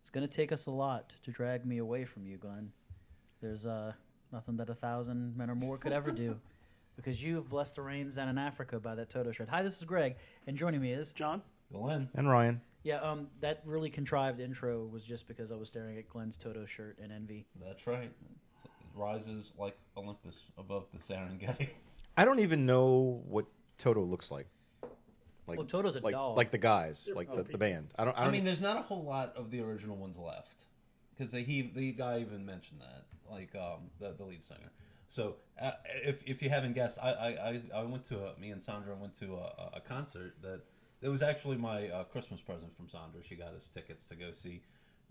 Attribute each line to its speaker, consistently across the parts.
Speaker 1: It's gonna take us a lot to drag me away from you, Glenn. There's uh, nothing that a thousand men or more could ever do, because you've blessed the rains down in Africa by that Toto shred. Hi, this is Greg, and joining me is
Speaker 2: John?
Speaker 3: Glenn.
Speaker 4: And Ryan.
Speaker 1: yeah. Um, that really contrived intro was just because I was staring at Glenn's Toto shirt in envy.
Speaker 3: That's right. Rises like Olympus above the Serengeti.
Speaker 4: I don't even know what Toto looks like. Like
Speaker 1: Well, Toto's a
Speaker 4: like,
Speaker 1: dog.
Speaker 4: Like the guys, like
Speaker 2: Oh,
Speaker 4: the, the
Speaker 2: people.
Speaker 4: band. I don't. I,
Speaker 3: I
Speaker 4: don't e-,
Speaker 3: mean, there's not a whole lot of the original ones left because they he the guy even mentioned that, like um, the the lead singer. So uh, if if you haven't guessed, I I, I, I went to a, me and Sandra went to a, a concert that it was actually my uh, Christmas present from Sandra. She got us tickets to go see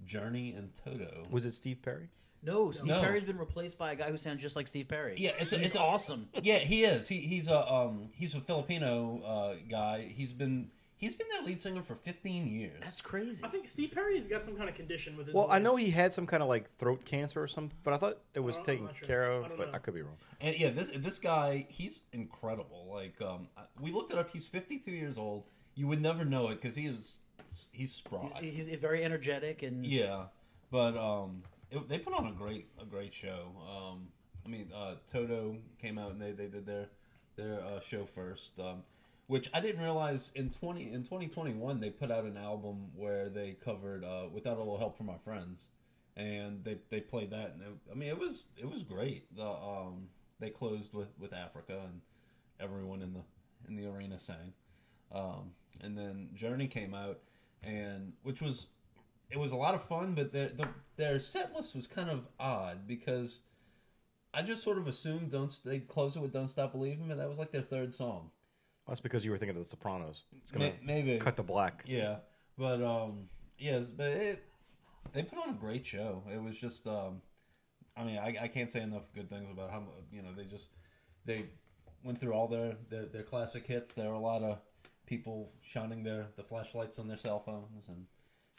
Speaker 3: Journey and Toto.
Speaker 4: was it Steve Perry?
Speaker 1: No, Steve
Speaker 3: No.
Speaker 1: Perry's been replaced by a guy who sounds just like Steve Perry.
Speaker 3: Yeah, it's a-
Speaker 1: He's
Speaker 3: it's a-
Speaker 1: awesome.
Speaker 3: Yeah, he is. He he's a um he's a Filipino uh, guy. He's been he's been their lead singer for 15 years.
Speaker 1: That's crazy.
Speaker 2: I think Steve Perry's got some kind of condition with his
Speaker 4: Well, I
Speaker 2: voice.
Speaker 4: know he had some kind of like throat cancer or something, but I thought it was
Speaker 2: Oh, I'm
Speaker 4: taken
Speaker 2: not sure.
Speaker 4: care
Speaker 2: I
Speaker 4: of.
Speaker 2: don't
Speaker 4: But
Speaker 2: know.
Speaker 4: I could be wrong.
Speaker 3: And yeah, this this guy, he's incredible. Like, um, I- we looked it up. He's 52 years old. You would never know it because he is he's spry.
Speaker 1: He's, he's very energetic and
Speaker 3: yeah, but um, it, they put on a great a great show. Um, I mean, uh, Toto came out and they, they did their their uh, show first, um, which I didn't realize in 20 in 2021 they put out an album where they covered uh, without a little help from our friends, and they they played that and it, I mean it was it was great. The um, they closed with with Africa and everyone in the in the arena sang. Um, and then Journey came out, and which was it was a lot of fun, but their the, their set list was kind of odd because I just sort of assumed don't they close it with "Don't Stop Believing," but that was like their third song.
Speaker 4: That's because you were thinking of The Sopranos. It's
Speaker 3: May-
Speaker 4: gonna
Speaker 3: maybe
Speaker 4: cut the black.
Speaker 3: yeah, but um, yes, but it they put on a great show. It was just um, I mean, I, I can't say enough good things about how mu- you know they just they went through all their their, their classic hits. There were a lot of people shining their the flashlights on their cell phones, and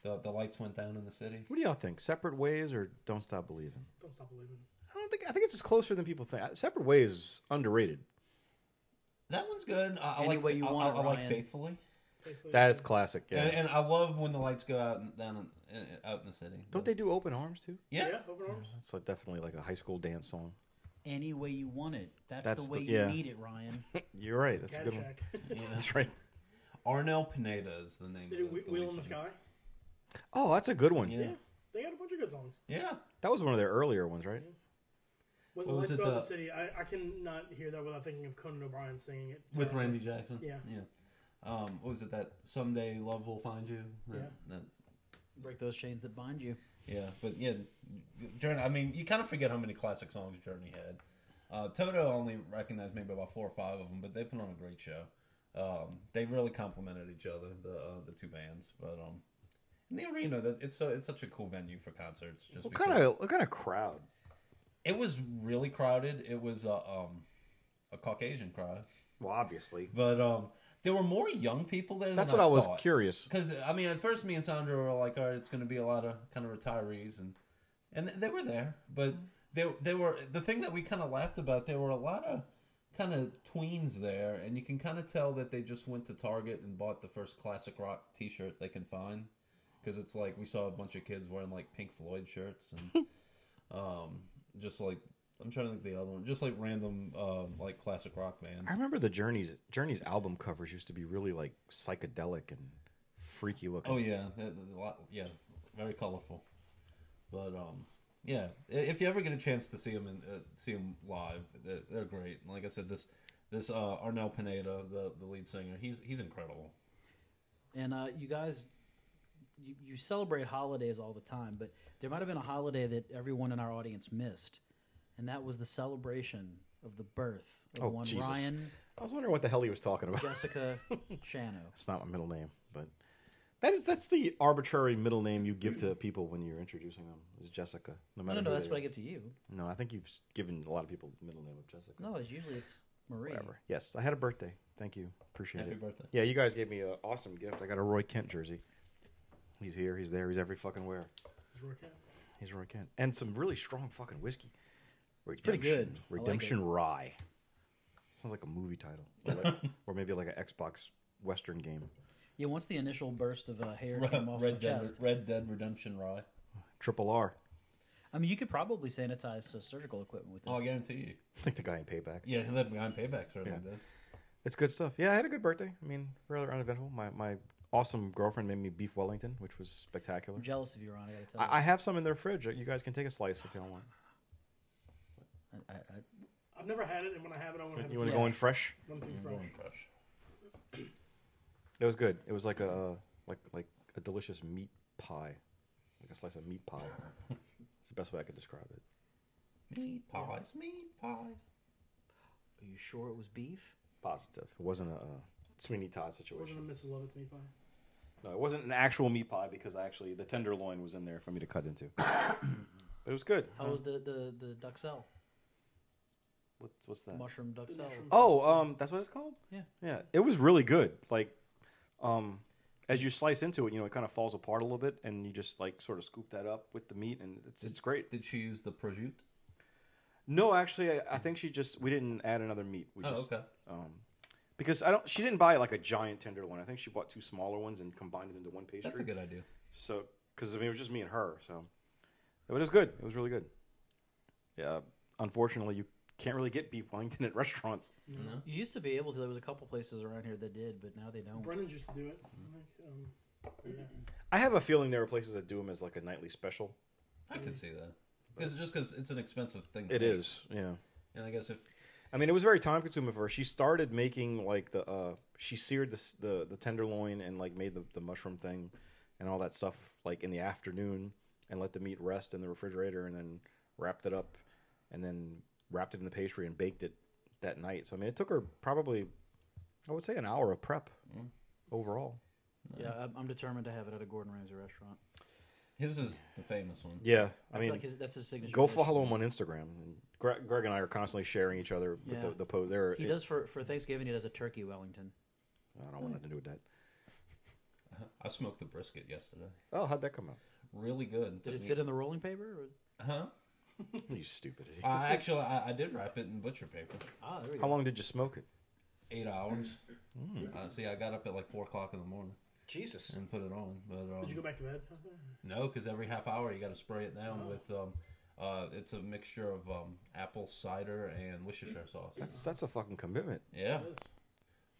Speaker 3: the the lights went down in the city.
Speaker 4: What do y'all think? Separate ways or Don't Stop Believing?
Speaker 2: Don't stop believing.
Speaker 4: I don't think. I think it's just closer than people think. I- Separate ways is underrated.
Speaker 3: That one's good. I, I
Speaker 1: Any
Speaker 3: like
Speaker 1: way you
Speaker 3: I,
Speaker 1: want
Speaker 3: I,
Speaker 1: it,
Speaker 3: I like
Speaker 1: Ryan.
Speaker 3: faithfully,
Speaker 2: Faithfully.
Speaker 4: That is classic. Yeah.
Speaker 3: and, and I love when the lights go out and down in, in- out in the city.
Speaker 4: don't they do Open Arms too?
Speaker 3: Yeah.
Speaker 2: Yeah, open arms.
Speaker 4: It's like definitely like a high school dance song.
Speaker 1: any way you want it. That's,
Speaker 4: That's
Speaker 1: the way
Speaker 4: the-
Speaker 1: you
Speaker 4: yeah.
Speaker 1: need it, Ryan.
Speaker 4: You're right. That's a good one.
Speaker 2: Caddyshack.
Speaker 3: yeah.
Speaker 4: That's right.
Speaker 3: Arnell Pineda is the name.
Speaker 2: They do
Speaker 3: of the,
Speaker 2: Whe- Wheel
Speaker 3: lead
Speaker 2: in the
Speaker 3: singer.
Speaker 2: Sky.
Speaker 4: Oh, that's a good one.
Speaker 3: Yeah.
Speaker 2: They got a bunch of good songs.
Speaker 3: Yeah.
Speaker 4: That was one of their earlier ones, right?
Speaker 2: When the
Speaker 3: What was
Speaker 2: lights go
Speaker 3: it,
Speaker 2: out in the
Speaker 3: the-
Speaker 2: city, I, I cannot hear that without thinking of Conan O'Brien singing it.
Speaker 3: With
Speaker 2: Uh,
Speaker 3: Randy Jackson.
Speaker 2: Yeah.
Speaker 3: Yeah. Um, what was it that someday love will find you? That,
Speaker 2: Yeah.
Speaker 3: That,
Speaker 1: Break those chains that bind you.
Speaker 3: yeah. But yeah, Journey. I mean, you kind of forget how many classic songs Journey had. Uh, Toto only recognized maybe about four or five of them, but they put on a great show. Um, they really complimented each other, the uh, the two bands. But um, in the arena, that it's so, it's such a cool venue for concerts. Just
Speaker 4: What
Speaker 3: because-
Speaker 4: kind of what kind of crowd?
Speaker 3: It was really crowded. It was a um, a Caucasian crowd,
Speaker 4: Well, obviously,
Speaker 3: but um, there were more young people there.
Speaker 4: that's
Speaker 3: than
Speaker 4: what I was
Speaker 3: thought.
Speaker 4: curious.
Speaker 3: Because I mean, at first, me and Sandra were like, "All right, it's going to be a lot of kind of retirees," and and they were there, but they they were the thing that we kind of laughed about. There were a lot of kind of tweens there, and you can kind of tell that they just went to Target and bought the first classic rock T-shirt they can find, because it's like we saw a bunch of kids wearing like Pink Floyd shirts and um, just like I'm trying to think of the other one, just like random um, like classic rock bands.
Speaker 4: I remember the Journeys Journeys album covers used to be really like psychedelic and freaky looking.
Speaker 3: Oh yeah, a- a lot, yeah, very colorful. But um, yeah, i- if you ever get a chance to see them and uh, see 'em live, they're, they're great. And like I said, this this uh, Arnell Pineda, the the lead singer, he's he's incredible.
Speaker 1: And uh, you guys, you, you celebrate holidays all the time, but there might have been a holiday that everyone in our audience missed, and that was the celebration of the birth of
Speaker 4: Oh,
Speaker 1: one
Speaker 4: Jesus.
Speaker 1: Ryan
Speaker 4: I was wondering what the hell he was talking about.
Speaker 1: Jessica Chano.
Speaker 4: It's not my middle name, but that is that's the arbitrary middle name you give to people when you're introducing them. Is Jessica? No
Speaker 1: No,
Speaker 4: matter.
Speaker 1: no, no.
Speaker 4: who
Speaker 1: That's
Speaker 4: they
Speaker 1: what I
Speaker 4: are.
Speaker 1: give to you.
Speaker 4: No, I think you've given a lot of people the middle name of Jessica.
Speaker 1: No, it's usually it's Marie.
Speaker 4: Whatever. Yes, I had a birthday. Thank you. Appreciate
Speaker 3: Happy
Speaker 4: it.
Speaker 3: birthday.
Speaker 4: Yeah, you guys gave me an awesome gift. I got a Roy Kent jersey. He's here. He's there. He's every fucking where.
Speaker 2: it's Roy Kent.
Speaker 4: He's Roy Kent, and some really strong fucking whiskey. Redemption,
Speaker 1: pretty good. I like
Speaker 4: Redemption Rye. Sounds like a movie title, or, like- or maybe like an Xbox Western game.
Speaker 1: Yeah, once the initial burst of uh, hair came off
Speaker 3: Red
Speaker 1: the
Speaker 3: Dead,
Speaker 1: chest,
Speaker 3: Red Dead Redemption Rye.
Speaker 4: Triple R.
Speaker 1: I mean, you could probably sanitize uh, surgical equipment with this.
Speaker 3: Oh, I guarantee you.
Speaker 4: I think the guy in Payback.
Speaker 3: Yeah, that behind payback certainly did.
Speaker 4: It's good stuff. Yeah, I had a good birthday. I mean, rather uneventful. My my awesome girlfriend made me beef Wellington, which was spectacular.
Speaker 1: I'm jealous of you, Ron. I gotta tell
Speaker 4: I, I have some in their fridge. You guys can take a slice if you want.
Speaker 1: you. I, I, I,
Speaker 2: I've never had it, and when I have it, I want to have
Speaker 4: You
Speaker 2: it
Speaker 4: want to
Speaker 2: fresh.
Speaker 4: go
Speaker 2: One
Speaker 4: in fresh?
Speaker 2: thing fresh.
Speaker 3: Going fresh.
Speaker 4: It was good. It was like a like like a delicious meat pie, like a slice of meat pie. It's the best way I could describe it.
Speaker 3: Meat pies, meat pies.
Speaker 1: are you sure it was beef?
Speaker 4: Positive. It wasn't a, uh Sweeney Todd
Speaker 2: Wasn't
Speaker 4: situation.
Speaker 2: a Mrs. Lovett's meat pie.
Speaker 4: No, it wasn't an actual meat pie because I actually the tenderloin was in there for me to cut into. but it was good.
Speaker 1: How was the the the duxelle?
Speaker 4: What, what's that?
Speaker 1: Mushroom duxelle.
Speaker 2: mushroom.
Speaker 4: Oh, um, that's what it's called.
Speaker 1: Yeah.
Speaker 4: Yeah, it was really good. Like, um, as you slice into it, you know, it kind of falls apart a little bit, and you just like sort of scoop that up with the meat, and it's it's great.
Speaker 3: Did she use the prosciutto?
Speaker 4: No, actually, I, I think she just we didn't add another meat. We
Speaker 3: Oh,
Speaker 4: just,
Speaker 3: okay.
Speaker 4: Um, because I don't, she didn't buy like a giant tenderloin. I think she bought two smaller ones and combined it into one pastry.
Speaker 3: That's a good idea.
Speaker 4: So, because I mean, it was just me and her. So, but it was good. It was really good. Yeah. Unfortunately, you can't really get beef Wellington at restaurants.
Speaker 1: You used to be able to. There was a couple places around here that did, but now they don't.
Speaker 2: Brennan's used to do it. I think. Um, but yeah.
Speaker 4: I have a feeling there are places that do them as like a nightly special.
Speaker 3: I could see that. Because just because it's an expensive thing. to
Speaker 4: Mm. It
Speaker 3: make.
Speaker 4: is, yeah.
Speaker 3: And I guess if
Speaker 4: I mean, it was very time consuming for her. She started making like the uh, she seared the s- the, the tenderloin and like made the, the mushroom thing and all that stuff like in the afternoon and let the meat rest in the refrigerator and then wrapped it up and then wrapped it in the pastry and baked it that night. So I mean, it took her probably I would say an hour of prep
Speaker 1: Mm.
Speaker 4: overall.
Speaker 1: Yeah, I'm, I'm determined to have it at a Gordon Ramsay restaurant.
Speaker 3: his is the famous one.
Speaker 4: Yeah, I
Speaker 1: That's
Speaker 4: mean,
Speaker 1: like his, that's his signature.
Speaker 4: go
Speaker 1: dish.
Speaker 4: follow him on Instagram. Greg, Greg and I are constantly sharing each other with
Speaker 1: Yeah.
Speaker 4: the, the post. There,
Speaker 1: He does for for Thanksgiving. He does a turkey Wellington.
Speaker 4: I don't want nothing to do with that.
Speaker 3: I smoked a brisket yesterday.
Speaker 4: Oh, how'd that come out?
Speaker 3: Really good.
Speaker 1: Did
Speaker 3: Took
Speaker 1: it
Speaker 3: me-
Speaker 1: fit in the rolling paper? Or?
Speaker 3: Huh?
Speaker 4: You stupid. idiot.
Speaker 3: I actually I, I did wrap it in butcher paper.
Speaker 1: Ah, there we
Speaker 4: How
Speaker 1: go.
Speaker 4: long did you smoke it?
Speaker 3: Eight hours. Uh, see, I got up at like four o'clock in the morning
Speaker 4: Jesus.
Speaker 3: and put it on. But um,
Speaker 2: Did you go back to bed? Okay.
Speaker 3: No, because every half hour you got to spray it down with um, uh, it's a mixture of um, apple cider and Worcestershire sauce.
Speaker 4: That's that's a fucking commitment.
Speaker 3: yeah,
Speaker 2: Yes.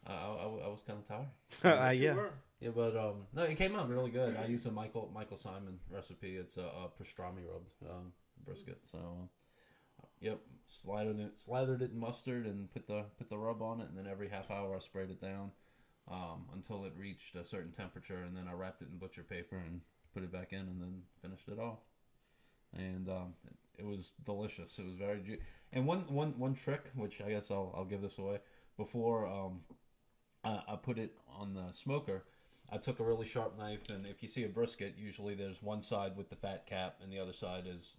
Speaker 3: I, I, I w- I was kind of tired.
Speaker 4: Uh,
Speaker 2: You
Speaker 4: yeah.
Speaker 2: were.
Speaker 3: Yeah, but um, no, it came out really good. I used a Michael Michael Simon recipe. It's a, a pastrami rubbed um, brisket. So, uh, yep, slathered it, slathered it in mustard and put the put the rub on it, and then every half hour I sprayed it down um, until it reached a certain temperature, and then I wrapped it in butcher paper and put it back in, and then finished it all. And um, it was delicious. It was very ju- and one one one trick, which I guess I'll I'll give this away before um, I, I put it on the smoker. I took a really sharp knife, and if you see a brisket, usually there's one side with the fat cap, and the other side is,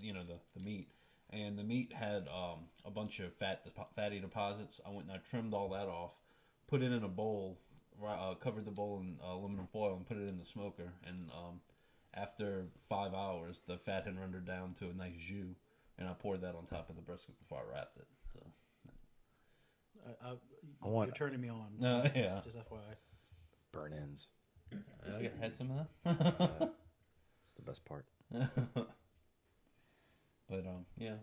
Speaker 3: you know, the, the meat. And the meat had um, a bunch of fat depo- fatty deposits. I went and I trimmed all that off, put it in a bowl, ri- uh, covered the bowl in uh, aluminum foil, and put it in the smoker. And um, after five hours, the fat had rendered down to a nice jus, and I poured that on top of the brisket before I wrapped it. So
Speaker 1: I, I,
Speaker 4: I want-
Speaker 1: you're turning me on.
Speaker 3: No,
Speaker 1: Just-
Speaker 3: yeah.
Speaker 1: Just, FYI.
Speaker 4: Burn ends.
Speaker 3: I had some of that.
Speaker 4: It's the best part.
Speaker 3: But um, yeah,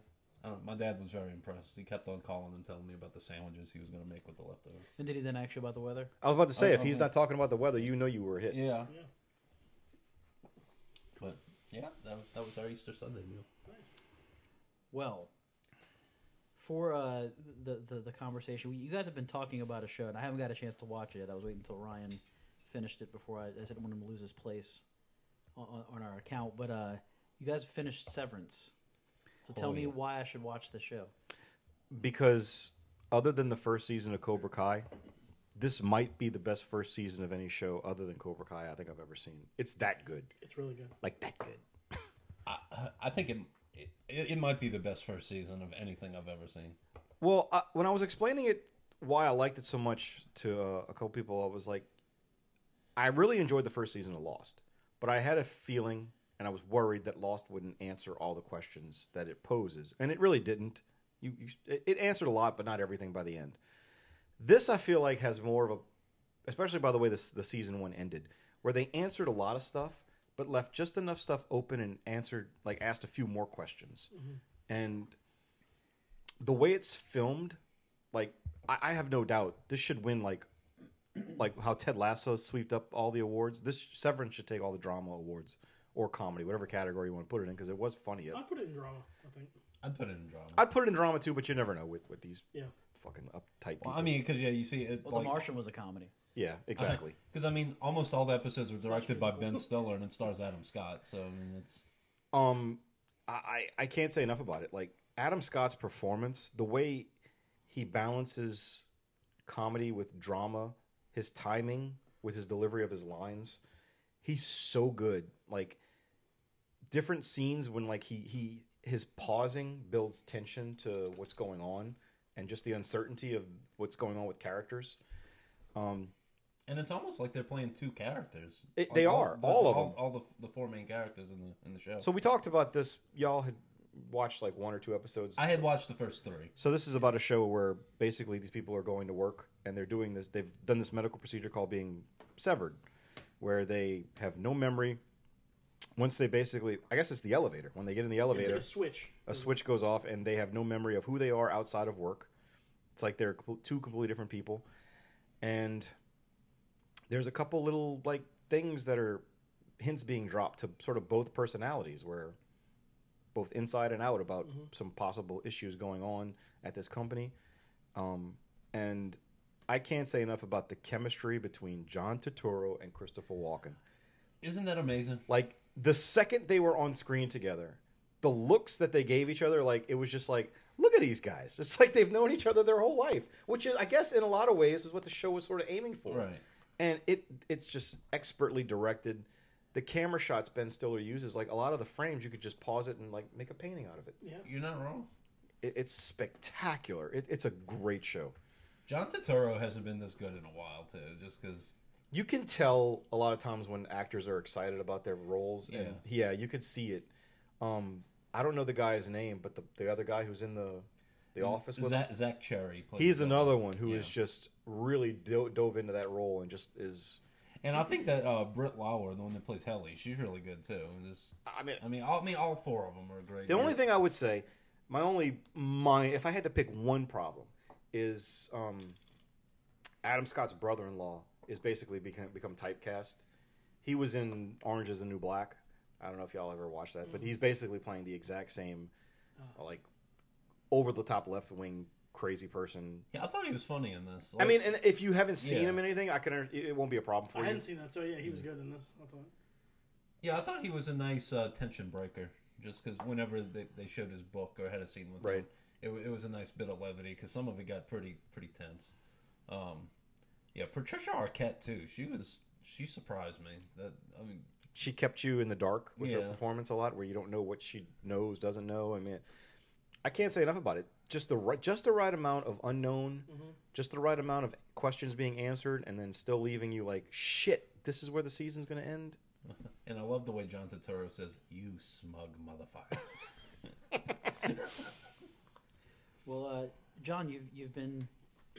Speaker 3: I don't, my dad was very impressed. He kept on calling and telling me about the sandwiches he was going to make with the leftovers.
Speaker 1: And did he then ask you about the weather?
Speaker 4: I was about to say,
Speaker 3: Oh,
Speaker 4: if he's
Speaker 3: okay.
Speaker 4: not talking about the weather, you know you were hit.
Speaker 3: Yeah,
Speaker 2: Yeah.
Speaker 3: but yeah, that, that was our Easter Sunday meal.
Speaker 1: Well, for uh, the, the the conversation, you guys have been talking about a show, and I haven't got a chance to watch it. I was waiting until Ryan finished it before I, I didn't want him to lose his place on, on our account. But uh, you guys finished Severance, so tell
Speaker 3: Oh,
Speaker 1: me
Speaker 3: yeah.
Speaker 1: why I should watch the show.
Speaker 4: Because other than the first season of Cobra Kai, this might be the best first season of any show other than Cobra Kai I think I've ever seen. It's that good.
Speaker 2: It's really good.
Speaker 4: Like that good.
Speaker 3: I I think it, it it might be the best first season of anything I've ever seen.
Speaker 4: Well, I, when I was explaining it, why I liked it so much to uh, a couple people, I was like, I really enjoyed the first season of Lost, but I had a feeling, and I was worried that Lost wouldn't answer all the questions that it poses, and it really didn't. You, you it- it answered a lot, but not everything by the end. This I feel like has more of a especially by the way this the season one ended, where they answered a lot of stuff, but left just enough stuff open and answered like asked a few more questions, and the way it's filmed, like I, I have no doubt this should win like like how Ted Lasso swept up all the awards. This Severance should take all the drama awards or comedy, whatever category you want to put it in, because it was funny.
Speaker 2: I'd put it in drama. I think.
Speaker 3: I'd put it in drama.
Speaker 4: I'd put it in drama too, but you never know with with these
Speaker 2: Yeah.
Speaker 4: fucking uptight people.
Speaker 3: Well, I mean, because yeah, you see it.
Speaker 1: Well, The Martian was a comedy.
Speaker 4: yeah, exactly.
Speaker 3: Because I mean, almost all the episodes were directed by
Speaker 2: musical.
Speaker 3: Ben Stiller and it stars Adam Scott. So I mean, it's
Speaker 4: um I, I I can't say enough about it like adam scott's performance the way he balances comedy with drama his timing with his delivery of his lines he's so good like different scenes when like he he his pausing builds tension to what's going on and just the uncertainty of what's going on with characters
Speaker 3: and it's almost like they're playing two characters.
Speaker 4: It-
Speaker 3: Like,
Speaker 4: they are,
Speaker 3: the-
Speaker 4: all of
Speaker 3: all,
Speaker 4: them.
Speaker 3: All the the four main characters in the in the show.
Speaker 4: so we talked about this y'all had watched like one or two episodes
Speaker 3: I had watched the first three.
Speaker 4: So this is about a show where basically these people are going to work and they're doing this. They've done this medical procedure called being severed, where they have no memory. Once they basically, I guess it's the elevator. When they get in the
Speaker 2: It's
Speaker 4: elevator,
Speaker 2: like a switch.
Speaker 4: a switch goes off and they have no memory of who they are outside of work. It's like they're compl- two completely different people. And there's a couple little like things that are hints being dropped to sort of both personalities where both inside and out about some possible issues going on at this company. Um, and I can't say enough about the chemistry between John Turturro and Christopher Walken.
Speaker 3: Isn't that amazing?
Speaker 4: Like the second they were on screen together, the looks that they gave each other, like it was just like, look at these guys. It's like they've known each other their whole life, which is, I guess, in a lot of ways, is what the show was sort of aiming for.
Speaker 3: Right.
Speaker 4: And it it's just expertly directed. The camera shots Ben Stiller uses, like a lot of the frames, you could just pause it and like make a painting out of it.
Speaker 2: Yeah.
Speaker 3: You're not wrong.
Speaker 4: it it's spectacular. It, it's a great show.
Speaker 3: John Turturro hasn't been this good in a while too. Just because
Speaker 4: you can tell a lot of times when actors are excited about their roles and yeah you could see it um i don't know the guy's name but the, the other guy who's in the the office with him,
Speaker 3: Zach, Zach Cherry. Plays
Speaker 4: he's
Speaker 3: the-
Speaker 4: another one who is
Speaker 3: Yeah.
Speaker 4: just really do- dove into that role and just is
Speaker 3: And I think that uh, Britt Lauer, the one that plays Helly, she's really good too. And Just,
Speaker 4: i mean
Speaker 3: I mean, all, I mean, all four of them are great.
Speaker 4: the only thing i would say my only my if i had to pick one problem is um adam scott's brother-in-law is basically become become typecast he was in Orange is the New Black. I don't know if y'all ever watched that, but
Speaker 3: Mm.
Speaker 4: he's basically playing the exact same,
Speaker 3: Oh.
Speaker 4: like, over the top left wing crazy person.
Speaker 3: Yeah, I thought he was funny in this.
Speaker 4: I
Speaker 3: Like,
Speaker 4: mean, and if you haven't seen
Speaker 3: Yeah.
Speaker 4: him in anything, I can. under- It it won't be a problem for
Speaker 2: I
Speaker 4: you.
Speaker 2: hadn't seen that, so yeah, he was good in this. I thought.
Speaker 3: yeah, I thought he was a nice uh, tension breaker. Just because whenever they, they showed his book or had a scene with him,
Speaker 4: Right.
Speaker 3: it, wa- it was a nice bit of levity because some of it got pretty pretty tense. Um, yeah, Patricia Arquette too. She was she surprised me. That I mean,
Speaker 4: She kept you in the dark with her
Speaker 3: Yeah.
Speaker 4: performance a lot, where you don't know what she knows, doesn't know. I mean, I can't say enough about it. Just the right, just the right amount of unknown, just the right amount of questions being answered, and then still leaving you like, shit, this is where the season's going to end.
Speaker 3: and I love the way John Turturro says, "You smug motherfucker."
Speaker 1: Well, uh, John, you've you've been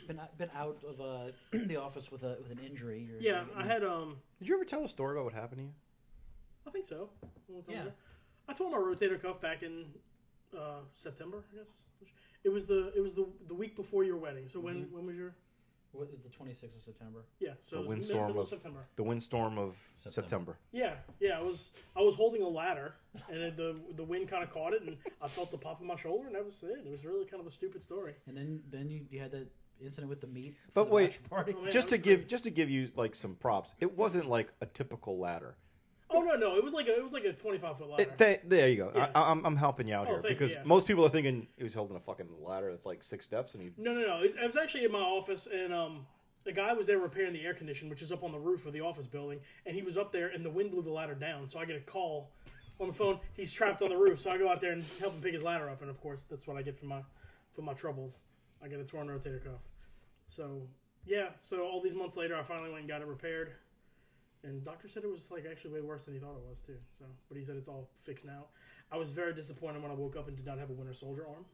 Speaker 1: been been out of uh, the office with a with an injury. You're-
Speaker 2: Yeah,
Speaker 1: you're-
Speaker 2: I had um,
Speaker 4: Did you ever tell a story about what happened to you?
Speaker 2: I think so. A long time
Speaker 1: Yeah.
Speaker 2: ago. I tore my rotator cuff back in uh, September. I guess it was the it was the the week before your wedding. So when when was your
Speaker 1: What, the 26th of September.
Speaker 2: yeah? So
Speaker 4: the
Speaker 2: it was mid-
Speaker 4: windstorm
Speaker 2: middle
Speaker 4: of
Speaker 2: of September.
Speaker 4: the windstorm of September.
Speaker 2: Yeah, yeah. I was I was holding a ladder, and it, the the wind kind of caught it, and I felt the pop of my shoulder, and that was it. It was really kind of a stupid story.
Speaker 1: And then then you, you had that incident with the meat. for
Speaker 4: But
Speaker 1: the
Speaker 4: wait.
Speaker 1: bachelor party.
Speaker 2: Oh, man,
Speaker 4: Just
Speaker 2: I
Speaker 4: to
Speaker 2: was-
Speaker 4: give just to give you like some props, it wasn't like a typical ladder.
Speaker 2: Oh no, no. It was like a, it was like a twenty five foot ladder.
Speaker 4: It, th- there you go.
Speaker 2: Yeah.
Speaker 4: I, I'm I'm helping you out
Speaker 2: Oh,
Speaker 4: here
Speaker 2: thank you,
Speaker 4: because
Speaker 2: yeah.
Speaker 4: most people are thinking he was holding a fucking ladder that's like six steps and he.
Speaker 2: No, no, no. It's, it was actually in my office, and um, the guy was there repairing the air condition, which is up on the roof of the office building, and he was up there, and the wind blew the ladder down. So I get a call on the phone. He's trapped on the roof, so I go out there and help him pick his ladder up, and of course, that's what I get for my for my troubles. I get a torn rotator cuff. So yeah, so all these months later, I finally went and got it repaired. And doctor said it was like actually way worse than he thought it was too. So, but he said it's all fixed now. I was very disappointed when I woke up and did not have a Winter Soldier arm.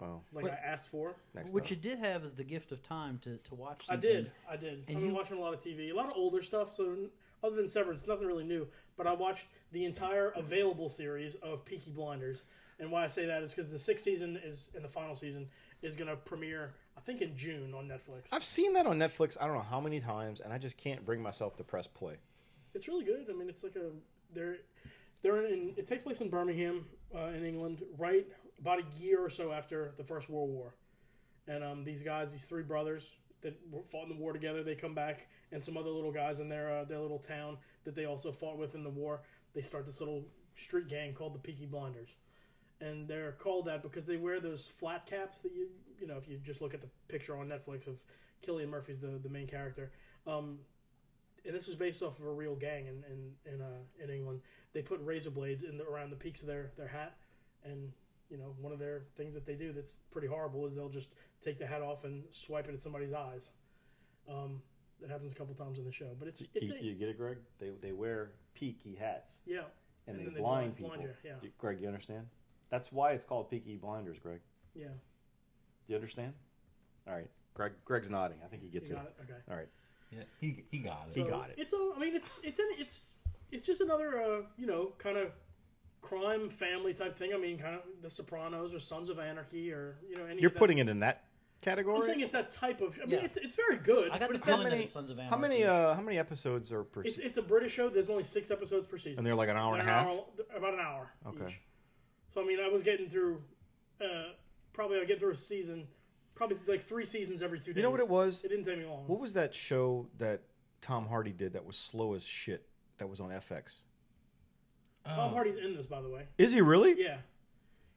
Speaker 4: Wow.
Speaker 2: like
Speaker 1: But-
Speaker 2: I asked for.
Speaker 4: Next
Speaker 1: what
Speaker 4: up.
Speaker 1: you did have is the gift of time to, to watch.
Speaker 2: I
Speaker 1: Some
Speaker 2: did.
Speaker 1: things.
Speaker 2: I did. So
Speaker 1: And
Speaker 2: I've been
Speaker 1: you-
Speaker 2: watching a lot of TV, a lot of older stuff. So n- other than Severance, nothing really new. But I watched the entire available series of Peaky Blinders, and why I say that is because the sixth season is and the final season is going to premiere, I think, in June on Netflix.
Speaker 4: I've seen that on Netflix. I don't know how many times, and I just can't bring myself to press play.
Speaker 2: It's really good. I mean, it's like a they're they're in. It takes place in Birmingham, uh, in England, right about a year or so after the First World War, and um, these guys, these three brothers that were- fought in the war together, they come back, and some other little guys in their uh, their little town that they also fought with in the war. They start this little street gang called the Peaky Blinders, and they're called that because they wear those flat caps that you you know if you just look at the picture on Netflix of Killian Murphy's the the main character. Um, and this was based off of a real gang in in in, uh, in England. They put razor blades in the, around the peaks of their their hat, and you know one of their things that they do that's pretty horrible is they'll just take the hat off and swipe it at somebody's eyes. Um, that happens a couple times in the show, but it's it's
Speaker 4: You,
Speaker 2: a,
Speaker 4: you get it, Greg? They they wear peaky hats
Speaker 2: yeah,
Speaker 4: and,
Speaker 2: then
Speaker 4: they blind
Speaker 2: blind-
Speaker 4: people.
Speaker 2: blind you, yeah.
Speaker 4: You- Greg, you understand? That's why it's called peaky blinders, Greg.
Speaker 2: yeah.
Speaker 4: Do you understand? All right. Greg Greg's nodding. I think he gets
Speaker 2: You
Speaker 4: it.
Speaker 2: got it. Okay.
Speaker 4: All right.
Speaker 3: Yeah, he he got it.
Speaker 4: He got it.
Speaker 2: It's a, I mean, it's it's an, it's it's just another uh, you know kind of crime family type thing. I mean, kind of The Sopranos or Sons of Anarchy or you know. Any
Speaker 4: You're
Speaker 2: of that
Speaker 4: putting it in that
Speaker 2: I'm saying
Speaker 4: category.
Speaker 2: it's that type of. I mean,
Speaker 1: Yeah.
Speaker 2: it's it's very good.
Speaker 1: I got
Speaker 2: but
Speaker 1: the
Speaker 2: it's, not-
Speaker 1: feeling that
Speaker 4: many-
Speaker 1: it's Sons of Anarchy.
Speaker 4: How many uh how many episodes are per
Speaker 2: it's
Speaker 4: se-
Speaker 2: it's a British show. There's only six episodes per season.
Speaker 4: and they're like an hour and a
Speaker 2: They're an
Speaker 4: half?
Speaker 2: hour- about an hour.
Speaker 4: Okay.
Speaker 2: Each. So I mean, I was getting through. Uh, probably I get through a season, probably like three seasons every two days.
Speaker 4: You know what it was?
Speaker 2: It didn't take me long.
Speaker 4: What was that show that Tom Hardy did that was slow as shit that was on FX?
Speaker 2: Tom Hardy's in this, by the way.
Speaker 4: Is he really?
Speaker 2: Yeah.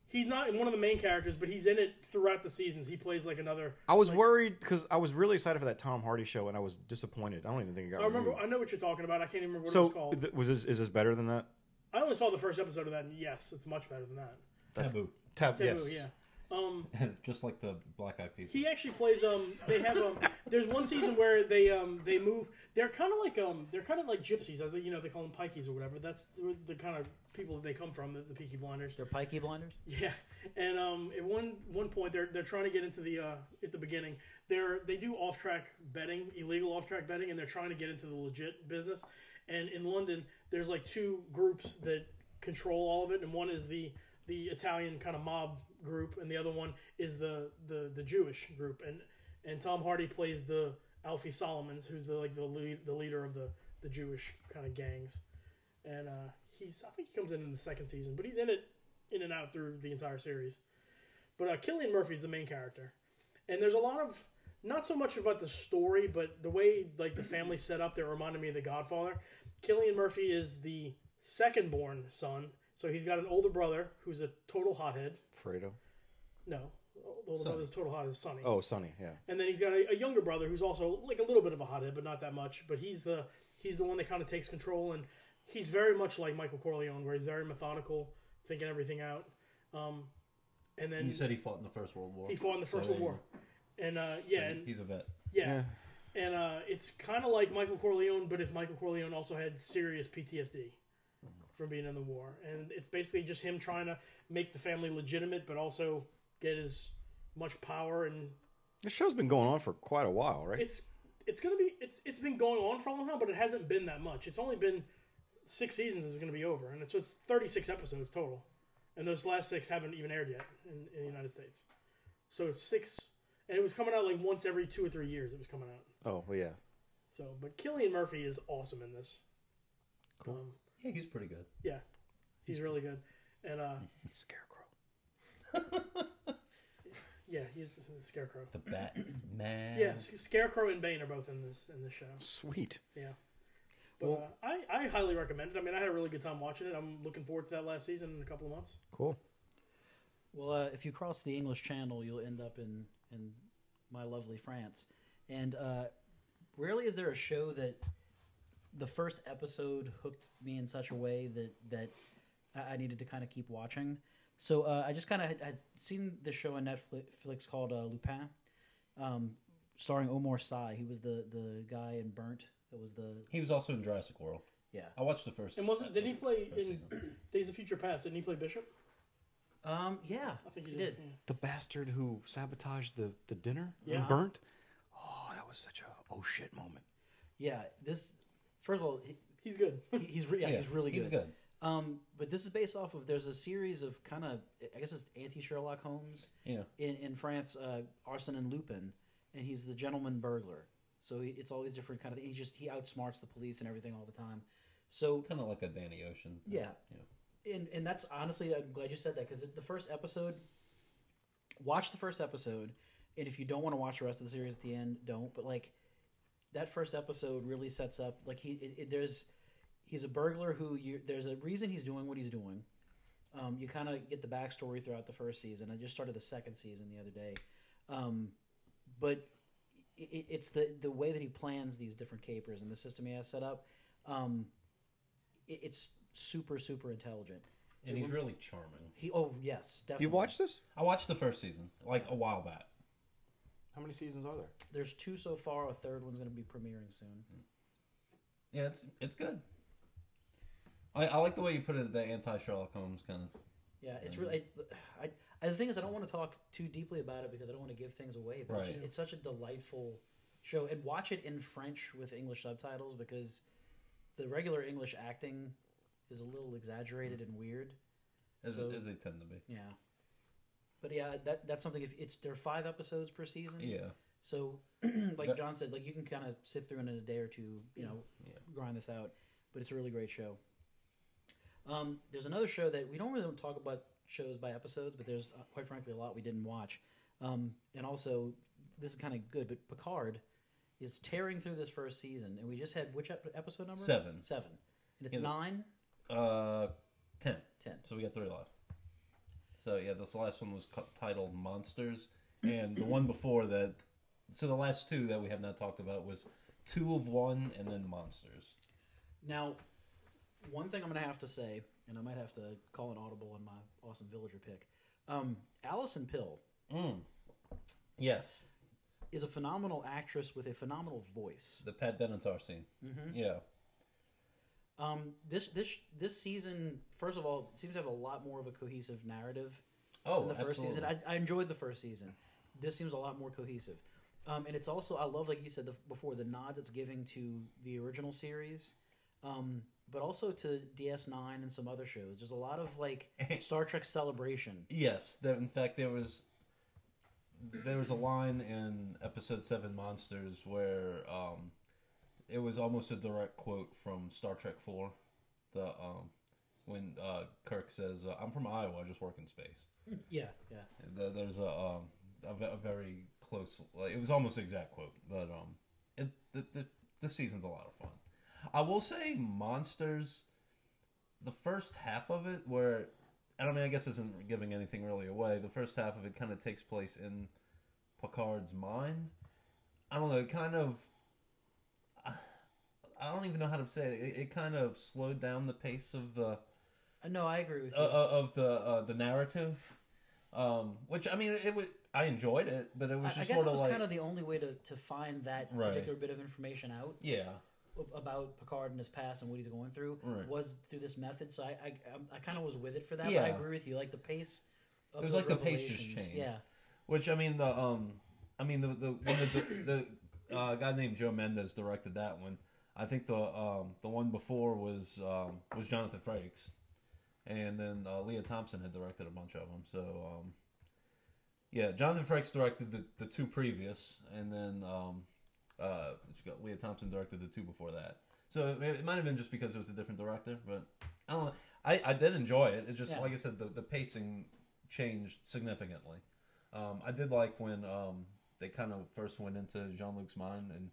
Speaker 2: He's not in one of the main characters, but he's in it throughout the seasons. He plays like another.
Speaker 4: I was worried because I was really excited for that Tom Hardy show and I was disappointed. I don't even think it got
Speaker 2: I remember.
Speaker 4: renewed.
Speaker 2: I know what you're talking about. I can't even remember what it was
Speaker 4: Mm-hmm. so
Speaker 2: called.
Speaker 4: th- was this, is this better than that?
Speaker 2: I only saw the first episode of that, and yes, it's much better than that.
Speaker 3: Taboo.
Speaker 4: Tab,
Speaker 2: Taboo,
Speaker 4: yes.
Speaker 2: yeah. Um,
Speaker 3: Just like the Black Eyed Peas.
Speaker 2: He actually plays. Um, they have. Um, there's one season where they um they move. They're kind of like um they're kind of like gypsies, as they, you know they call them pikeys or whatever. That's the, the kind of people that they come from, the, the Peaky Blinders.
Speaker 1: They're pikey blinders.
Speaker 2: Yeah, and um, at one one point they're they're trying to get into the uh, at the beginning. They're they do off track betting, illegal off track betting, and they're trying to get into the legit business. And in London, there's like two groups that control all of it, and one is the the Italian kind of mob group, and the other one is the the, the Jewish group. And and Tom Hardy plays the Alfie Solomons, who's the like the lead, the leader of the the Jewish kind of gangs and uh, he's I think he comes in in the second season, but he's in it in and out through the entire series. But uh, Killian Murphy's the main character, and there's a lot of not so much about the story, but the way like the family set up that reminded me of The Godfather. Killian Murphy is the second born son, so he's got an older brother who's a total hothead.
Speaker 4: Fredo.
Speaker 2: No, the older brother's total hothead is Sonny.
Speaker 4: Oh, Sonny. Yeah.
Speaker 2: And then he's got a, a younger brother who's also like a little bit of a hothead, but not that much. But he's the he's the one that kind of takes control, and he's very much like Michael Corleone, where he's very methodical, thinking everything out. Um, and then
Speaker 3: You said he fought in the First World War.
Speaker 2: he fought in the
Speaker 3: So
Speaker 2: First
Speaker 3: there
Speaker 2: World
Speaker 3: you
Speaker 2: War,
Speaker 3: go.
Speaker 2: and uh, yeah,
Speaker 3: So
Speaker 2: and
Speaker 3: He's a vet.
Speaker 2: yeah, and uh, it's kind of like Michael Corleone, but if Michael Corleone also had serious PTSD from being in the war, and it's basically just him trying to make the family legitimate, but also get as much power and
Speaker 4: This show's been going on for quite a while, right?
Speaker 2: it's it's gonna be it's it's been going on for a long time, but it hasn't been that much. It's only been six seasons is gonna be over, and it's, so it's thirty six episodes total, and those last six haven't even aired yet in, in the United States. So it's six, and it was coming out like once every two or three years. It was coming out.
Speaker 4: oh, well, yeah.
Speaker 2: So, but Killian Murphy is awesome in this. Cool. Um,
Speaker 3: Yeah, he's pretty good.
Speaker 2: yeah, he's, really good, and uh,
Speaker 4: Scarecrow.
Speaker 2: yeah, he's the Scarecrow.
Speaker 3: The Batman.
Speaker 2: Yeah, Scarecrow and Bane are both in this in this show.
Speaker 4: Sweet.
Speaker 2: Yeah. But uh, I, I highly recommend it. I mean, I had a really good time watching it. I'm looking forward to that last season in a couple of months.
Speaker 4: Cool.
Speaker 1: Well, uh, if you cross the English Channel, you'll end up in in my lovely France. And uh, rarely is there a show that the first episode hooked me in such a way that that I I needed to kind of keep watching. So uh, I just kind of had, had seen the show on Netflix called uh, Lupin, um, starring Omar Sy. He was the the guy in Burnt. That was the
Speaker 3: He was also in Jurassic World.
Speaker 1: yeah.
Speaker 3: I watched the first.
Speaker 2: And wasn't did he play
Speaker 3: First
Speaker 2: in Days of Future Past? Didn't he play Bishop?
Speaker 1: Um, yeah,
Speaker 2: I think
Speaker 1: he
Speaker 2: you
Speaker 1: did.
Speaker 2: did. yeah.
Speaker 4: The bastard who sabotaged the, the dinner
Speaker 2: Yeah.
Speaker 4: and burnt. Oh, that was such a oh shit moment.
Speaker 1: Yeah, this. First of all, he,
Speaker 2: He's good.
Speaker 1: he- he's re- yeah,
Speaker 3: Yeah,
Speaker 1: he's really good.
Speaker 3: he's good.
Speaker 1: Um, but this is based off of there's a series of kind of I guess it's anti Sherlock Holmes
Speaker 3: Yeah.
Speaker 1: in in France, uh, Arson and Lupin, and he's the gentleman burglar. So he, it's all these different kind of he just he outsmarts the police and everything all the time. So
Speaker 3: Kind of like a Danny Ocean.
Speaker 1: Yeah. and and that's honestly I'm glad you said that because the first episode, watch the first episode, and if you don't want to watch the rest of the series at the end, don't. But like, that first episode really sets up like he it, it, there's he's a burglar who you there's a reason he's doing what he's doing. Um, you kind of get the backstory throughout the first season. I just started the second season the other day, um, but it, it's the the way that he plans these different capers and the system he has set up. Um, it, it's super super intelligent.
Speaker 3: And he's really charming.
Speaker 1: He oh yes, definitely.
Speaker 4: You've watched this?
Speaker 3: I watched the first season like a while back.
Speaker 4: How many seasons are there?
Speaker 1: There's two so far. A third one's going to be premiering soon.
Speaker 3: Yeah, it's it's good. I, I like the way you put it, the anti Sherlock Holmes kind of.
Speaker 1: Yeah, it's really. I, I, I- the thing is, I don't want to talk too deeply about it because I don't want to give things away. But
Speaker 3: Right.
Speaker 1: it's, just, it's such a delightful show, and watch it in French with English subtitles because the regular English acting is a little exaggerated and weird.
Speaker 3: As,
Speaker 1: So-
Speaker 3: as they tend to be.
Speaker 1: Yeah. But yeah, that that's something. If it's there are five episodes per season,
Speaker 3: Yeah.
Speaker 1: So, like
Speaker 3: But-
Speaker 1: John said, like you can kind of sit through it in a day or two, you know,
Speaker 3: Yeah.
Speaker 1: grind this out. But it's a really great show. Um, there's another show that we don't really talk about shows by episodes, but there's uh, quite frankly a lot we didn't watch. Um, and also, this is kind of good, but Picard is tearing through this first season, and we just had which ep- episode number
Speaker 3: Seven.
Speaker 1: seven, and it's
Speaker 3: Yeah, the-
Speaker 1: nine,
Speaker 3: Uh, 10.
Speaker 1: ten.
Speaker 3: So we got three left. So yeah, this last one was cu- titled Monsters, and the one before that. So the last two that we have not talked about was Two of One and then Monsters.
Speaker 1: Now, one thing I'm going to have to say, and I might have to call an audible on my awesome villager pick. Um, Allison Pill
Speaker 3: Mm. Yes,
Speaker 1: is a phenomenal actress with a phenomenal voice.
Speaker 3: the Pat Benatar scene.
Speaker 1: Mhm.
Speaker 3: Yeah,
Speaker 1: Um, this this this season, first of all, seems to have a lot more of a cohesive narrative
Speaker 3: Oh,
Speaker 1: than the first
Speaker 3: absolutely.
Speaker 1: season. I, I enjoyed the first season. This seems a lot more cohesive, um, and it's also I love like you said the, before the nods it's giving to the original series, um, but also to DS Nine and some other shows. There's a lot of like Star Trek Celebration.
Speaker 3: Yes, that in fact there was there was a line in episode seven Monsters where um, it was almost a direct quote from Star Trek Four, the um, when uh, Kirk says, uh, "I'm from Iowa, I just work in space."
Speaker 1: Yeah, yeah.
Speaker 3: There- There's a um, a, ve- a very close. Like, it was almost exact quote, but um, it the, the this season's a lot of fun. I will say Monsters, the first half of it, where I don't mean I guess isn't giving anything really away. The first half of it kind of takes place in Picard's mind. I don't know. It kind of. I- I don't even know how to say it. It, it kind of slowed down the pace of the
Speaker 1: Uh, No, I agree with
Speaker 3: uh,
Speaker 1: you.
Speaker 3: uh, of the uh, the narrative, um, which I mean, it was I enjoyed it, but uh, it
Speaker 1: I,
Speaker 3: was
Speaker 1: I
Speaker 3: just
Speaker 1: guess it
Speaker 3: sort of
Speaker 1: was
Speaker 3: like
Speaker 1: kind of the only way to, to find that
Speaker 3: Right.
Speaker 1: particular bit of information out.
Speaker 3: yeah,
Speaker 1: about Picard and his past and what he's going through
Speaker 3: Right.
Speaker 1: was through this method. So I I, I- I kind of was with it for that. But I
Speaker 3: Yeah.
Speaker 1: agree with you. Like the pace. Of
Speaker 3: It was
Speaker 1: those
Speaker 3: like the pace just
Speaker 1: revelations.
Speaker 3: changed.
Speaker 1: Yeah,
Speaker 3: which I mean the um, I mean the the when the, the uh, guy named Joe Mendez directed that one. I think the um, the one before was um, was Jonathan Frakes, and then uh, Leah Thompson had directed a bunch of them. So um, yeah, Jonathan Frakes directed the, the two previous, and then um, uh, what you got? Leah Thompson directed the two before that. So it, it might have been just because it was a different director, but I don't know. I, I did enjoy it. It just
Speaker 1: Yeah.
Speaker 3: like I said, the, the pacing changed significantly. Um, I did like when um, they kind of first went into Jean Luc's mind, and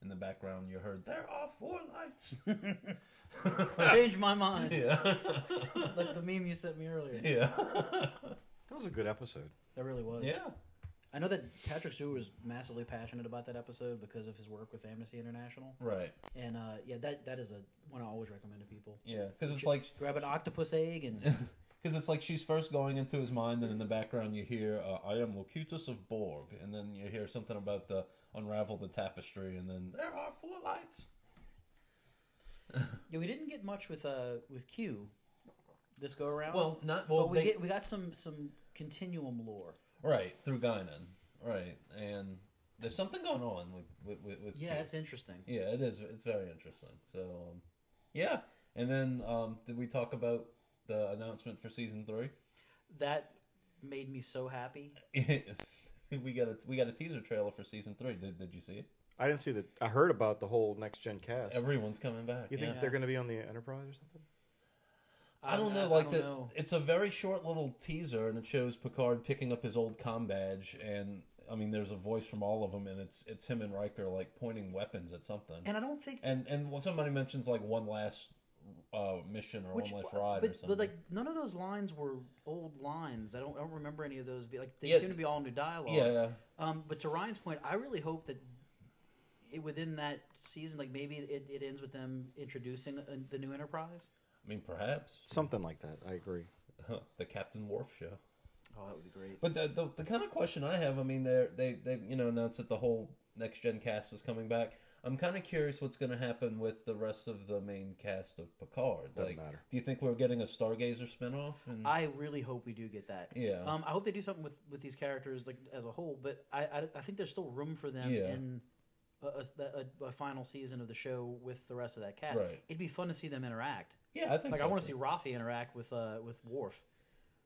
Speaker 3: in the background you heard there are four lights.
Speaker 1: change my mind.
Speaker 3: yeah,
Speaker 1: Like the meme you sent me earlier.
Speaker 3: yeah,
Speaker 4: That was a good episode.
Speaker 1: That really was.
Speaker 3: yeah.
Speaker 1: I know that Patrick Stewart was massively passionate about that episode because of his work with Amnesty International.
Speaker 3: Right.
Speaker 1: And uh, yeah, that that is a one I always recommend to people.
Speaker 3: Yeah, because it's like
Speaker 1: Grab an octopus egg and
Speaker 3: Because it's like she's first going into his mind, and in the background you hear uh, "I am Locutus of Borg," and then you hear something about the unravel the tapestry, and then there are four lights.
Speaker 1: yeah, we didn't get much with uh with Q. this go around.
Speaker 3: Well, not well.
Speaker 1: but we
Speaker 3: they,
Speaker 1: get, we got some some continuum lore.
Speaker 3: right through Guinan, right, and there's something going on with with with, with
Speaker 1: Yeah,
Speaker 3: Q.
Speaker 1: it's interesting.
Speaker 3: yeah, it is. It's very interesting. So, um, yeah, and then um, did we talk about the announcement for season three?
Speaker 1: That made me so happy.
Speaker 3: we got a we got a teaser trailer for season three. Did, did you see it?
Speaker 4: I didn't see the. I heard about the whole next gen cast.
Speaker 3: Everyone's coming back.
Speaker 4: you think
Speaker 3: yeah.
Speaker 1: Yeah.
Speaker 4: they're going to be on the Enterprise or something?
Speaker 3: I don't know. Like the, it's a very short little teaser, and it shows Picard picking up his old com badge, and I mean, there's a voice from all of them, and it's it's him and Riker like pointing weapons at something, and
Speaker 1: and I don't think
Speaker 3: and, well, somebody mentions like one last uh, mission or
Speaker 1: which,
Speaker 3: one last ride or
Speaker 1: but,
Speaker 3: something.
Speaker 1: but like none of those lines were old lines. I don't I don't remember any of those. Be like they
Speaker 3: Yeah,
Speaker 1: seem to be all new dialogue.
Speaker 3: yeah,
Speaker 1: Um, but to Ryan's point, I really hope that it, within that season, like maybe it, it ends with them introducing uh the new Enterprise.
Speaker 3: I mean, perhaps
Speaker 4: Something like that. I agree.
Speaker 3: the Captain Worf show.
Speaker 1: Oh, that would be great.
Speaker 3: But the, the the kind of question I have, I mean, they they they you know announced that the whole next gen cast is coming back. I'm kind of curious what's going to happen with the rest of the main cast of Picard.
Speaker 4: Doesn't
Speaker 3: like,
Speaker 4: matter.
Speaker 3: do you think we're getting a Stargazer spinoff? And
Speaker 1: I really hope we do get that.
Speaker 3: yeah,
Speaker 1: Um, I hope they do something with, with these characters like as a whole, but I, I, I think there's still room for them
Speaker 3: Yeah.
Speaker 1: in a, a, a, a final season of the show with the rest of that cast.
Speaker 3: Right.
Speaker 1: It'd be fun to see them interact.
Speaker 3: yeah, I think
Speaker 1: Like
Speaker 3: so,
Speaker 1: I want to
Speaker 3: too.
Speaker 1: see Rafi interact with uh with Worf.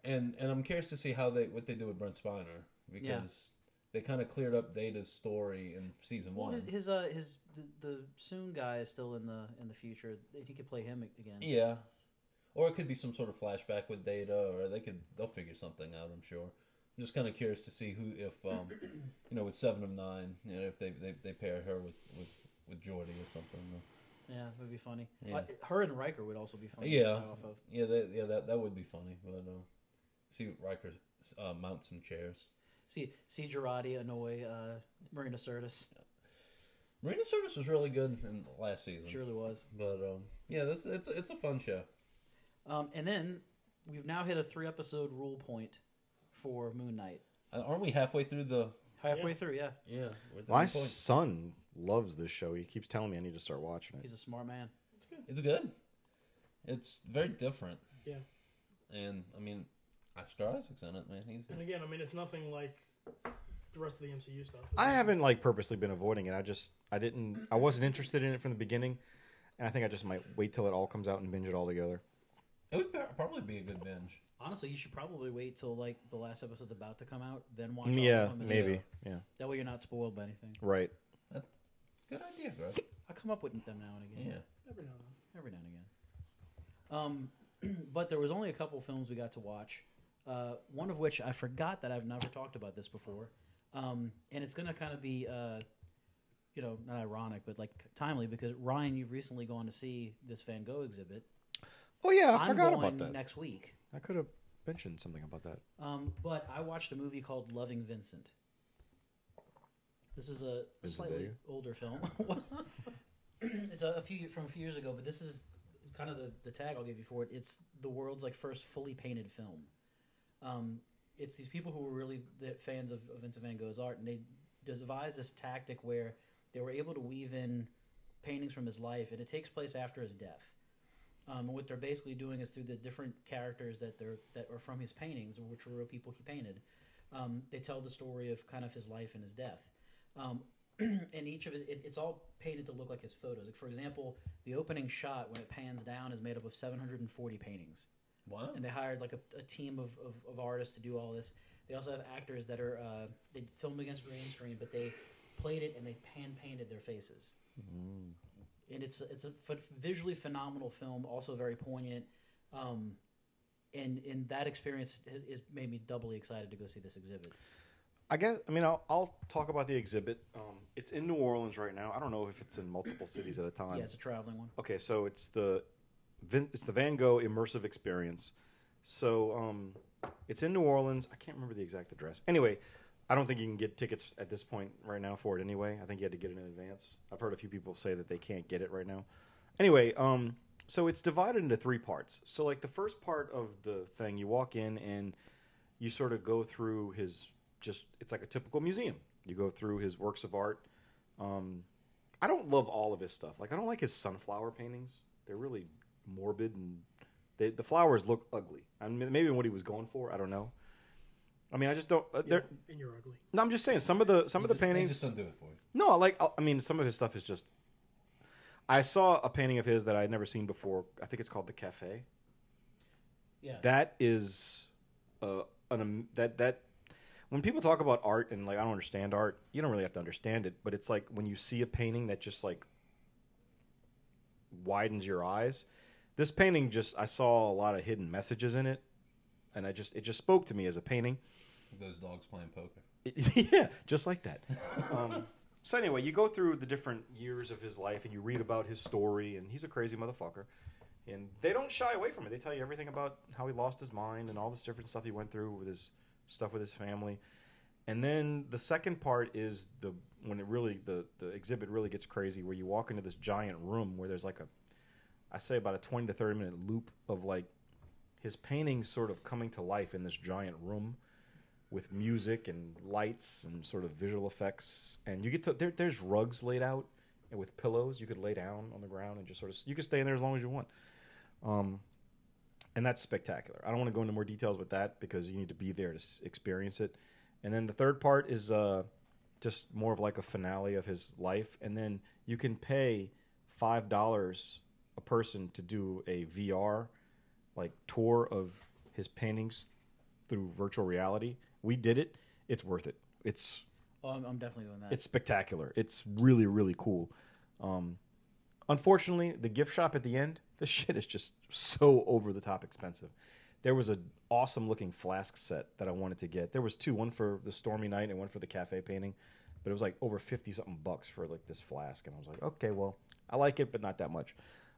Speaker 3: and and I'm curious to see how they what they do with Brent Spiner because they kind of cleared up Data's story in season
Speaker 1: Well,
Speaker 3: one.
Speaker 1: his his, uh, his the, the soon guy is still in the in the future. He could play him again.
Speaker 3: Yeah, or it could be some sort of flashback with Data, or they could they'll figure something out. I'm sure. I'm just kind of curious to see who if um you know with Seven of Nine, you know if they they, they pair her with with with Geordi or something.
Speaker 1: Yeah, it would be funny.
Speaker 3: Yeah.
Speaker 1: Like, her and Riker would also be funny. to
Speaker 3: Yeah.
Speaker 1: play off of.
Speaker 3: Yeah, that yeah that that would be funny. But uh, see Riker uh, mount some chairs.
Speaker 1: See, see Girardi annoy uh, Marina Sirtis.
Speaker 3: Marina Service was really good in last season,
Speaker 1: Surely was.
Speaker 3: but um yeah, this it's it's a fun show.
Speaker 1: Um, and then we've now hit a three episode rule point for Moon Knight.
Speaker 3: Uh, Aren't we halfway through the?
Speaker 1: Halfway through, yeah.
Speaker 3: Yeah, we're at the
Speaker 4: My
Speaker 3: midpoint.
Speaker 4: son loves this show. He keeps telling me I need to start watching it.
Speaker 1: He's a smart man.
Speaker 3: It's good. It's very different.
Speaker 2: Yeah.
Speaker 3: And I mean, Oscar Isaac's in it, man. He's
Speaker 2: And again, I mean, it's nothing like the rest of the MCU stuff.
Speaker 4: I haven't like purposely been avoiding it. I just I didn't I wasn't interested in it from the beginning, and I think I just might wait till it all comes out and binge it all together.
Speaker 3: it would pro- probably be a good binge.
Speaker 1: Honestly, you should probably wait till like the last episode's about to come out, then watch. all
Speaker 4: Yeah,
Speaker 1: of them and-
Speaker 4: maybe. Yeah,
Speaker 1: That way, you're not spoiled by anything.
Speaker 4: right.
Speaker 3: Good idea, Greg.
Speaker 1: I come up with them now and again,
Speaker 3: Yeah.
Speaker 2: Every now and
Speaker 1: every now and again. Um, but there was only a couple films we got to watch. Uh, one of which I forgot that I've never talked about this before, um, and it's going to kind of be, uh, you know, not ironic, but like timely because Ryan, you've recently gone to see this Van Gogh exhibit.
Speaker 4: Oh yeah, I
Speaker 1: I'm
Speaker 4: forgot
Speaker 1: going
Speaker 4: about that.
Speaker 1: next week.
Speaker 4: I could have mentioned something about that.
Speaker 1: Um, but I watched a movie called Loving Vincent. This is a
Speaker 4: Vincent
Speaker 1: slightly
Speaker 4: Vega?
Speaker 1: older film. it's a, a few from a few years ago, but this is kind of the, the tag I'll give you for it. It's the world's like first fully painted film. Um, it's these people who were really the fans of, of Vincent Van Gogh's art, and they devised this tactic where they were able to weave in paintings from his life, and it takes place after his death. Um, and what they're basically doing is through the different characters that they're that are from his paintings, which were people he painted. Um, they tell the story of kind of his life and his death. Um, and each of it, it, it's all painted to look like his photos. Like for example, the opening shot when it pans down is made up of 740 paintings
Speaker 3: Wow.
Speaker 1: and they hired like a, a team of, of, of artists to do all this. They also have actors that are uh, they filmed against green screen, but they played it and they hand painted their faces. And it's it's a ph visually phenomenal film, also very poignant. Um, and and that experience has, has made me doubly excited to go see this exhibit.
Speaker 4: I guess I mean I'll, I'll talk about the exhibit. Um, it's in New Orleans right now. I don't know if it's in multiple cities at a time.
Speaker 1: Yeah, it's a traveling one.
Speaker 4: Okay, so it's the Vin- it's the Van Gogh immersive experience. So um, it's in New Orleans. I can't remember the exact address. Anyway, I don't think you can get tickets at this point right now for it. Anyway, I think you had to get it in advance. I've heard a few people say that they can't get it right now. Anyway, um, so it's divided into three parts. So like the first part of the thing, you walk in and you sort of go through his just it's like a typical museum. You go through his works of art. Um, I don't love all of his stuff. Like I don't like his sunflower paintings. They're really morbid and They, the flowers look ugly. I mean, maybe what he was going for, I don't know. I mean, I just don't. Uh, they're,
Speaker 2: and you're ugly.
Speaker 4: no, I'm just saying some of the some of the
Speaker 3: They
Speaker 4: paintings.
Speaker 3: just don't do it for you.
Speaker 4: No, I like. I mean, some of his stuff is just. I saw a painting of his that I had never seen before. I think it's called the Cafe.
Speaker 1: Yeah.
Speaker 4: That is, uh, an am- that that when people talk about art and like I don't understand art, you don't really have to understand it, but it's like when you see a painting that just like widens your eyes. This painting just I saw a lot of hidden messages in it, and I just it just spoke to me as a painting.
Speaker 3: Those dogs playing poker.
Speaker 4: yeah, just like that. Um, so anyway, you go through the different years of his life and you read about his story, and he's a crazy motherfucker. And they don't shy away from it. They tell you everything about how he lost his mind and all this different stuff he went through with his stuff with his family. And then the second part is the when it really the the exhibit really gets crazy, where you walk into this giant room where there's like a, I say about a twenty to thirty minute loop of like his paintings sort of coming to life in this giant room with music and lights and sort of visual effects. And you get to there, there's rugs laid out and with pillows you could lay down on the ground and just sort of you could stay in there as long as you want. Um, and that's spectacular. I don't want to go into more details with that because you need to be there to s- experience it. And then the third part is uh, just more of like a finale of his life. And then you can pay five dollars a person to do a VR like tour of his paintings through virtual reality. We did it. It's worth it. It's
Speaker 1: Oh, I'm, I'm definitely doing that.
Speaker 4: it's spectacular. It's really really cool. Um, unfortunately, the gift shop at the end, this shit is just so over the top expensive. There was an awesome looking flask set that I wanted to get. There was two, one for the stormy night and one for the cafe painting, but it was like over fifty something bucks for like this flask, and I was like, okay, well, I like it, but not that much.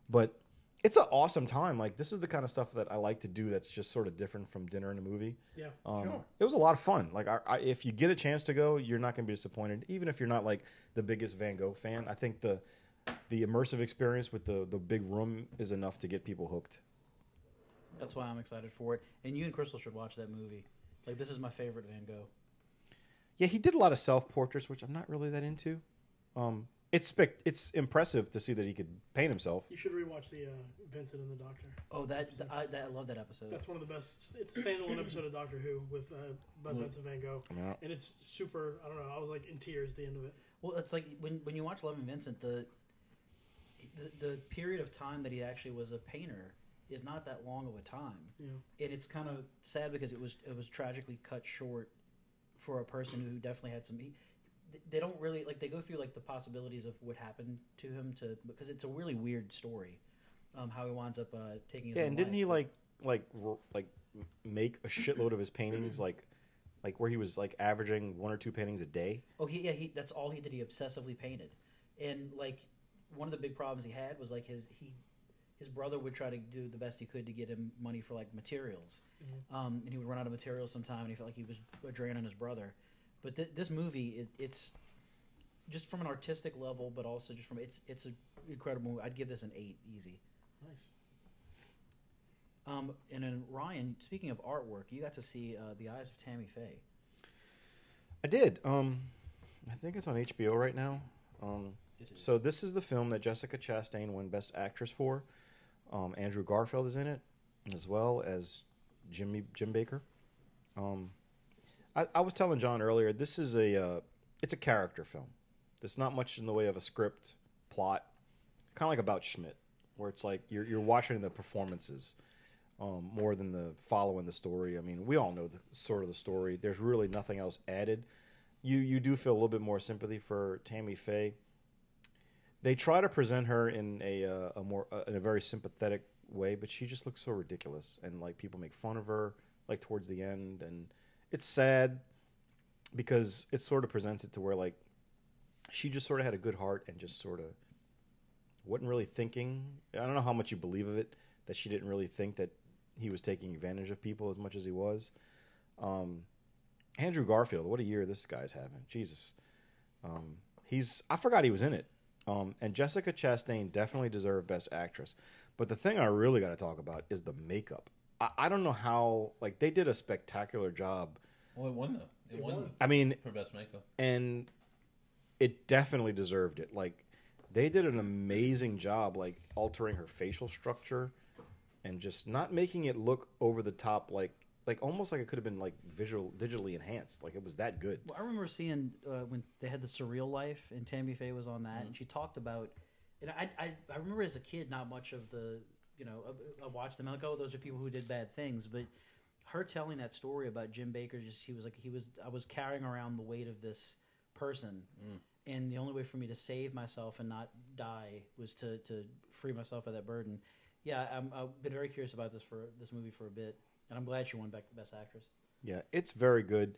Speaker 4: But it's an awesome time. Like this is the kind of stuff that I like to do. That's just sort of different from dinner and a movie.
Speaker 2: Yeah.
Speaker 4: Um,
Speaker 3: Sure.
Speaker 4: It was a lot of fun. Like, I, I, if you get a chance to go, you're not going to be disappointed. Even if you're not like the biggest Van Gogh fan, I think the the immersive experience with the the big room is enough to get people hooked.
Speaker 1: That's why I'm excited for it. And you and Crystal should watch that movie. Like this is my favorite Van Gogh.
Speaker 4: Yeah, he did a lot of self portraits, which I'm not really that into. Um, it's spec- it's impressive to see that he could paint himself.
Speaker 2: You should rewatch the uh, Vincent and the Doctor.
Speaker 1: Oh, that, I, that I love that episode.
Speaker 2: That's one of the best. It's a standalone episode of Doctor Who with uh, about Vincent Van Gogh,
Speaker 4: I mean, I don't-
Speaker 2: and it's super. I don't know. I was like in tears at the end of it.
Speaker 1: Well, it's like when when you watch Love and Vincent, the, the the period of time that he actually was a painter is not that long of a time,
Speaker 2: Yeah.
Speaker 1: and it's kind of sad because it was it was tragically cut short for a person who definitely had some. He, they don't really like they go through like the possibilities of what happened to him to because it's a really weird story, um, how he winds up uh, taking. His
Speaker 4: Yeah,
Speaker 1: own
Speaker 4: and didn't
Speaker 1: life.
Speaker 4: he like like r- like m- make a shitload of his paintings like like where he was like averaging one or two paintings a day?
Speaker 1: Oh, he, yeah, he, that's all he did. He obsessively painted, and like one of the big problems he had was like his he his brother would try to do the best he could to get him money for like materials, um, and he would run out of materials sometime, and he felt like he was a drain on his brother. But th- this movie, it, it's just from an artistic level, but also just from it's it's an incredible. Movie. I'd give this an eight easy.
Speaker 2: Nice.
Speaker 1: Um, and then Ryan, speaking of artwork, you got to see uh, the eyes of Tammy Faye.
Speaker 4: I did. Um, I think it's on HBO right now. Um,
Speaker 1: It is.
Speaker 4: so this is the film that Jessica Chastain won Best Actress for. Um, Andrew Garfield is in it, as well as Jimmy Jim Baker. Um, I, I was telling John earlier, this is a uh, it's a character film. There's not much in the way of a script plot. Kind of like about Schmidt, where it's like you're you're watching the performances um, more than the following the story. I mean, we all know the sort of the story. There's really nothing else added. You you do feel a little bit more sympathy for Tammy Faye. They try to present her in a uh, a more uh, in a very sympathetic way, but she just looks so ridiculous, and like people make fun of her like towards the end, and it's sad because it sort of presents it to where like she just sort of had a good heart and just sort of wasn't really thinking. I don't know how much you believe of it that she didn't really think that he was taking advantage of people as much as he was. Um, Andrew Garfield, what a year this guy's having. Jesus, um, he's I forgot he was in it. Um, and Jessica Chastain definitely deserved Best Actress. But the thing I really got to talk about is the makeup. I, I don't know how like they did a spectacular job.
Speaker 3: Well, it won though. It, won, though,
Speaker 4: I mean,
Speaker 3: for best makeup.
Speaker 4: and it definitely deserved it. Like they did an amazing job, like altering her facial structure and just not making it look over the top like like almost like it could have been like visual digitally enhanced like it was that good
Speaker 1: Well, I remember seeing uh, when they had the Surreal Life, and Tammy Faye was on that, and she talked about. And I, I, I remember as a kid, not much of the, you know, I, I watched them. I'm like, oh, those are people who did bad things. But her telling that story about Jim Baker, just he was like, he was, I was carrying around the weight of this person, and the only way for me to save myself and not die was to to free myself of that burden. Yeah, I'm, I've been very curious about this for this movie for a bit, and I'm glad she won back the Best Actress.
Speaker 4: Yeah, it's very good.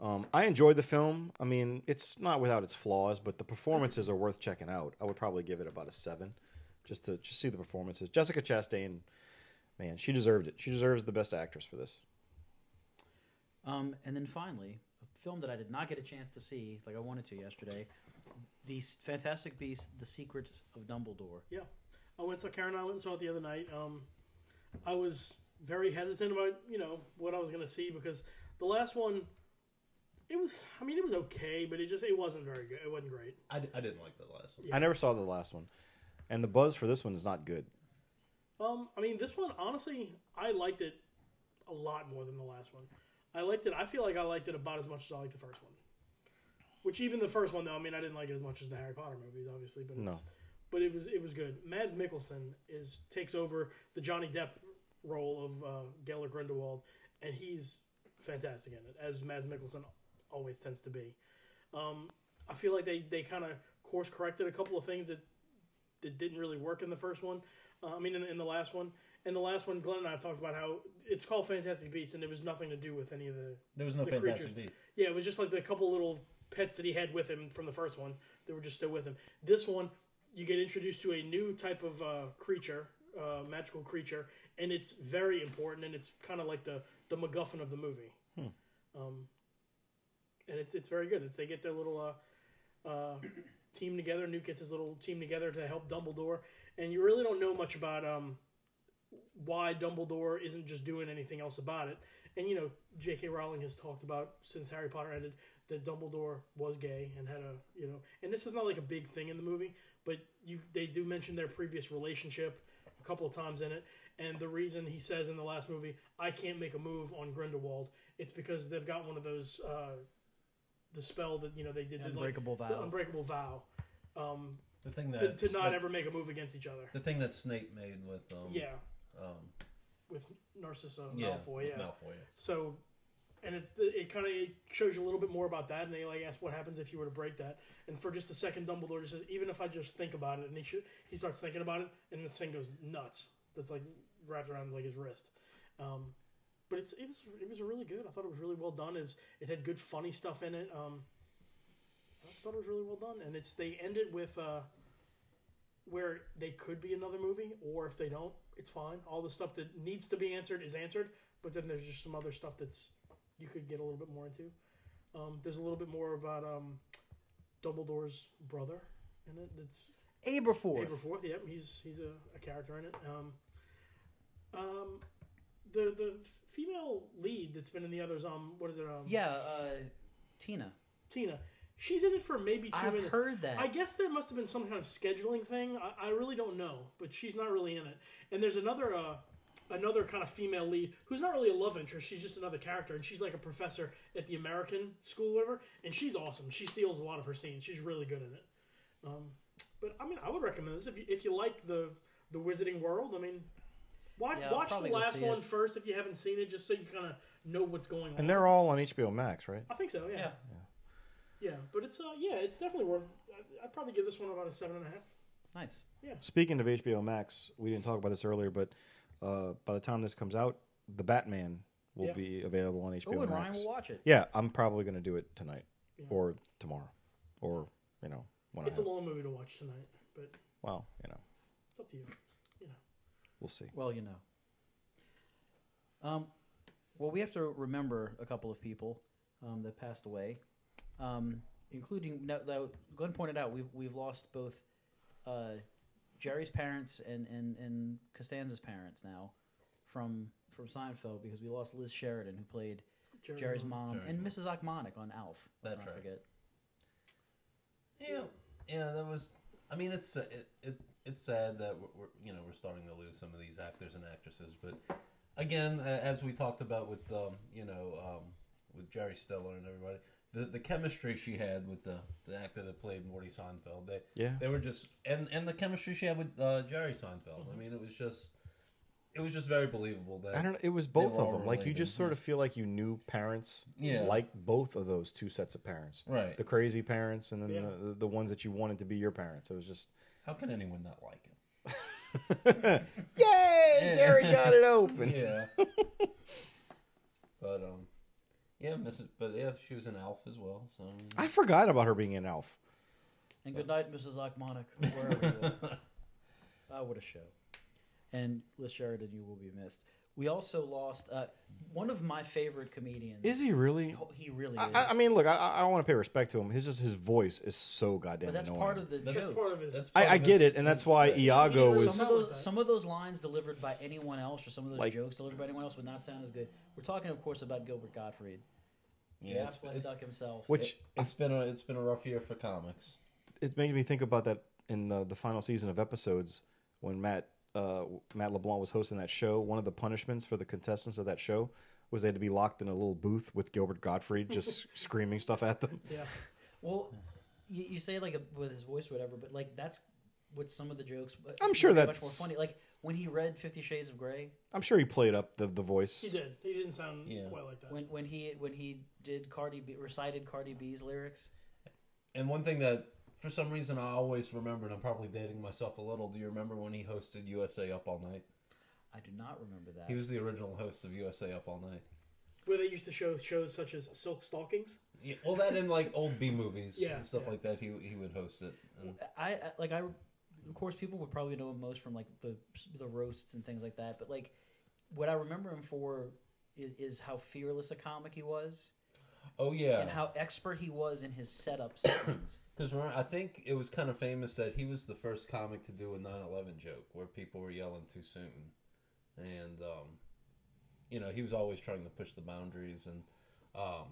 Speaker 4: Um, I enjoyed the film. I mean, it's not without its flaws, but the performances are worth checking out. I would probably give it about a seven, just to just see the performances. Jessica Chastain, man, she deserved it. She deserves the best actress for this.
Speaker 1: Um, and then finally, a film that I did not get a chance to see, like I wanted to yesterday, the S- Fantastic Beasts: The Secrets of Dumbledore.
Speaker 2: Yeah, I went saw Karen. and I went and saw it the other night. Um, I was very hesitant about you know what I was going to see because the last one, it was. I mean, it was okay, but it just it wasn't very good. It wasn't great.
Speaker 3: I, I didn't like that last one.
Speaker 4: I never saw the last one, and the buzz for this one is not good.
Speaker 2: Um, I mean, this one honestly, I liked it a lot more than the last one. I liked it. I feel like I liked it about as much as I liked the first one. Which even the first one, though, I mean, I didn't like it as much as the Harry Potter movies, obviously, but it's,
Speaker 4: No.
Speaker 2: but it was it was good. Mads Mikkelsen is takes over the Johnny Depp role of uh, Geller Grindelwald, and he's fantastic in it, as Mads Mikkelsen always tends to be. Um, I feel like they they kind of course corrected a couple of things that that didn't really work in the first one. Uh, I mean, in, in the last one, in the last one, Glenn and I have talked about how it's called Fantastic Beasts, and it was nothing to do with any of the.
Speaker 3: There was no
Speaker 2: The
Speaker 3: Fantastic
Speaker 2: creatures-
Speaker 3: Beasts.
Speaker 2: Yeah, it was just like the couple little pets that he had with him from the first one that were just still with him. This one, you get introduced to a new type of uh, creature, uh, magical creature, and it's very important, and it's kind of like the the MacGuffin of the movie. Um, and it's it's very good. It's they get their little. Uh, uh, team together. Newt gets his little team together to help Dumbledore, and you really don't know much about um, why Dumbledore isn't just doing anything else about it. And you know, J.K. Rowling has talked about since Harry Potter ended that Dumbledore was gay and had a you know, and this is not like a big thing in the movie, but you they do mention their previous relationship a couple of times in it. And the reason he says in the last movie, "I can't make a move on Grindelwald," it's because they've got one of those uh, the spell that you know they did the, like,
Speaker 1: Unbreakable
Speaker 2: the
Speaker 1: vow.
Speaker 2: unbreakable vow um,
Speaker 3: The thing
Speaker 2: to,
Speaker 3: that
Speaker 2: to not
Speaker 3: that-
Speaker 2: ever make a move against each other.
Speaker 3: the thing that Snape made with um
Speaker 2: Yeah,
Speaker 3: um
Speaker 2: with Narcissa
Speaker 3: yeah
Speaker 2: Malfoy. Yeah.
Speaker 3: Malfoy.
Speaker 2: So, and it's the, it kind of it shows you a little bit more about that, and they like ask what happens if you were to break that. And for just a second, Dumbledore just says, even if I just think about it, and he should, he starts thinking about it, and this thing goes nuts. That's like wrapped around like his wrist. Um, but it's it was it was really good. I thought it was really well done. It, was, it had good funny stuff in it. Um, I just thought it was really well done. And it's they end it with uh, where they could be another movie, or if they don't, it's fine. All the stuff that needs to be answered is answered, but then there's just some other stuff that's you could get a little bit more into. Um, there's a little bit more about um, Dumbledore's brother in it. That's
Speaker 1: Aberforth.
Speaker 2: Aberforth, yep, he's he's a, a character in it. Um, um, the the female lead that's been in the others, um, what is it? Um,
Speaker 1: Yeah, uh, Tina.
Speaker 2: Tina. She's in it for maybe 2
Speaker 1: I've
Speaker 2: minutes.
Speaker 1: heard that.
Speaker 2: I guess there must have been some kind of scheduling thing. I, I really don't know, but she's not really in it. And there's another uh, another kind of female lead who's not really a love interest. She's just another character, and she's like a professor at the American school, whatever. And she's awesome. She steals a lot of her scenes. She's really good in it. Um, but I mean, I would recommend this if you, if you like the the Wizarding World. I mean, watch,
Speaker 1: Yeah, I'll
Speaker 2: watch the
Speaker 1: probably go
Speaker 2: last
Speaker 1: see
Speaker 2: one
Speaker 1: it.
Speaker 2: first if you haven't seen it, just so you kind of know what's going on.
Speaker 4: And they're all on HBO Max, right?
Speaker 2: I think so.
Speaker 1: yeah.
Speaker 2: Yeah, but it's uh, yeah, it's definitely worth. I- I'd probably give this one about a seven and a half.
Speaker 1: nice.
Speaker 4: Speaking of HBO Max, we didn't talk about this earlier, but uh, by the time this comes out, the Batman will
Speaker 2: Yeah.
Speaker 4: be available on HBO
Speaker 1: Oh, and Ryan
Speaker 4: Max.
Speaker 1: will watch it.
Speaker 4: Yeah, I'm probably gonna do it tonight
Speaker 2: Yeah.
Speaker 4: or tomorrow, or you know when
Speaker 2: It's
Speaker 4: I
Speaker 2: a
Speaker 4: have.
Speaker 2: long movie to watch tonight, but
Speaker 4: well, you know,
Speaker 2: it's up to you.
Speaker 4: we'll see.
Speaker 1: Well, you know. Um, well, we have to remember a couple of people um, that passed away, um, including now, now, Glenn pointed out we've we've lost both uh, Jerry's parents and, and and Costanza's parents now from from Seinfeld because we lost Liz Sheridan who played
Speaker 2: Jerry's
Speaker 1: Jerry's mom
Speaker 3: Jerry's
Speaker 1: and Mrs. Achmonic on Alf. Let's
Speaker 3: That's
Speaker 1: not
Speaker 3: right.
Speaker 1: forget.
Speaker 3: Yeah, yeah, that was. I mean, it's uh, it, it it's sad that we're, we're you know we're starting to lose some of these actors and actresses, but again, a- as we talked about with um, you know um, with Jerry Stiller and everybody, the the chemistry she had with the the actor that played Morty Seinfeld, they
Speaker 4: Yeah.
Speaker 3: they were just and and the chemistry she had with uh, Jerry Seinfeld. I mean, it was just it was just very believable that
Speaker 4: Mm-hmm. I don't know. It was both
Speaker 3: were
Speaker 4: of
Speaker 3: all
Speaker 4: them. Like you
Speaker 3: related.
Speaker 4: just sort of feel like you knew parents,
Speaker 3: Yeah.
Speaker 4: like both of those two sets of parents,
Speaker 3: Right.
Speaker 4: The crazy parents, and then
Speaker 2: Yeah.
Speaker 4: the, the ones that you wanted to be your parents. It was just,
Speaker 3: how can anyone not like it?
Speaker 4: yay, Jerry got it open.
Speaker 3: Yeah. but um, yeah, Mrs. But yeah, she was an elf as well. So I mean,
Speaker 4: I forgot about her being an elf.
Speaker 1: And good night, Mrs. Achmonic, wherever you are. Ah, what a show. And Liz Sheridan, you will be missed. We also lost uh, one of my favorite comedians.
Speaker 4: Is he really?
Speaker 1: Oh, He really
Speaker 4: I,
Speaker 1: is.
Speaker 4: I- I mean, look, I, I want to pay respect to him. His just his voice is so goddamn
Speaker 1: but that's
Speaker 4: annoying.
Speaker 1: part of the
Speaker 3: that's
Speaker 1: joke.
Speaker 2: part of his-
Speaker 3: that's
Speaker 4: I,
Speaker 3: part
Speaker 4: I
Speaker 3: of
Speaker 4: get
Speaker 3: his-
Speaker 4: it, and that's why
Speaker 3: his-
Speaker 4: Iago
Speaker 2: Some
Speaker 1: some
Speaker 4: was.
Speaker 1: of
Speaker 2: Something like
Speaker 1: those
Speaker 2: that.
Speaker 1: some of those lines delivered by anyone else or some of those
Speaker 4: Like-
Speaker 1: jokes delivered by anyone else would not sound as good. We're talking, of course, about Gilbert Gottfried,
Speaker 3: Yeah,
Speaker 1: the
Speaker 3: it's-
Speaker 1: Affleck
Speaker 3: it's-
Speaker 1: duck himself.
Speaker 4: Which
Speaker 3: it's been a it's been a rough year for comics.
Speaker 4: it made me think about that in the, the final season of episodes when Matt uh, Matt LeBlanc was hosting that show. One of the punishments for the contestants of that show was they had to be locked in a little booth with Gilbert Gottfried just screaming stuff at them.
Speaker 2: Yeah.
Speaker 1: well, you, you say like a, with his voice, or whatever, but like that's what some of the jokes. uh,
Speaker 4: I'm sure
Speaker 1: were much
Speaker 4: that's-
Speaker 1: more funny. Like when he read Fifty Shades of Grey,
Speaker 4: I'm sure he played up the, the voice.
Speaker 2: He did. He didn't sound
Speaker 3: Yeah.
Speaker 2: quite like that.
Speaker 1: when when he when he did Cardi B, recited Cardi B's lyrics.
Speaker 3: And one thing that for some reason I always remembered, I'm probably dating myself a little. Do you remember when he hosted USA Up All Night?
Speaker 1: I do not remember that.
Speaker 3: He was the original host of USA Up All Night.
Speaker 2: Where they used to show shows such as Silk Stockings.
Speaker 3: Yeah, well, that in like old B movies
Speaker 2: Yeah,
Speaker 3: and stuff
Speaker 2: yeah.
Speaker 3: like that, he he would host it. And
Speaker 1: I I- like I of course people would probably know him most from like the the roasts and things like that but like what I remember him for is, is how fearless a comic he was
Speaker 3: oh yeah,
Speaker 1: and how expert he was in his setups and things.
Speaker 3: Because I think it was kind of famous that he was the first comic to do a 9/11 joke where people were yelling too soon, and um, you know he was always trying to push the boundaries. And um,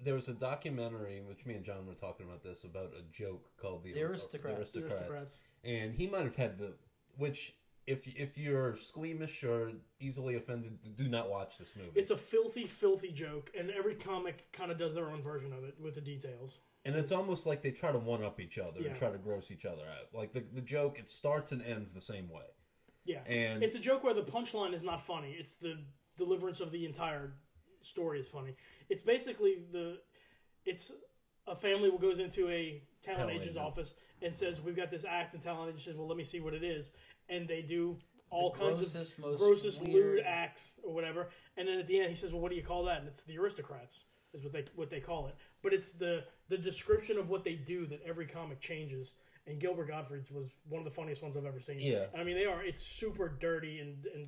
Speaker 3: there was a documentary which me and John were talking about this about a joke called the,
Speaker 1: The Aristocrats.
Speaker 2: The
Speaker 3: Aristocrats.
Speaker 2: Aristocrats.
Speaker 3: and he might have had the which. If, if you're squeamish or easily offended, do not watch this movie.
Speaker 2: It's a filthy, filthy joke, and every comic kind of does their own version of it with the details.
Speaker 3: And it's almost like they try to one up each other
Speaker 2: Yeah.
Speaker 3: and try to gross each other out. Like the, the joke, it starts and ends the same way.
Speaker 2: Yeah.
Speaker 3: And-
Speaker 2: it's a joke where the punchline is not funny. It's the deliverance of the entire story is funny. It's basically the it's a family who goes into a talent,
Speaker 3: Talent
Speaker 2: agent's
Speaker 3: agent.
Speaker 2: office and says, We've got this act and talent agent says, Well let me see what it is and they do all
Speaker 1: The
Speaker 2: kinds
Speaker 1: grossest,
Speaker 2: of
Speaker 1: most
Speaker 2: grossest
Speaker 1: weird-
Speaker 2: lewd acts or whatever. And then at the end he says, Well what do you call that? And it's the aristocrats is what they what they call it. But it's the the description of what they do that every comic changes. And Gilbert Gottfried's was one of the funniest ones I've ever seen.
Speaker 3: Yeah.
Speaker 2: I mean, they are. It's super dirty and and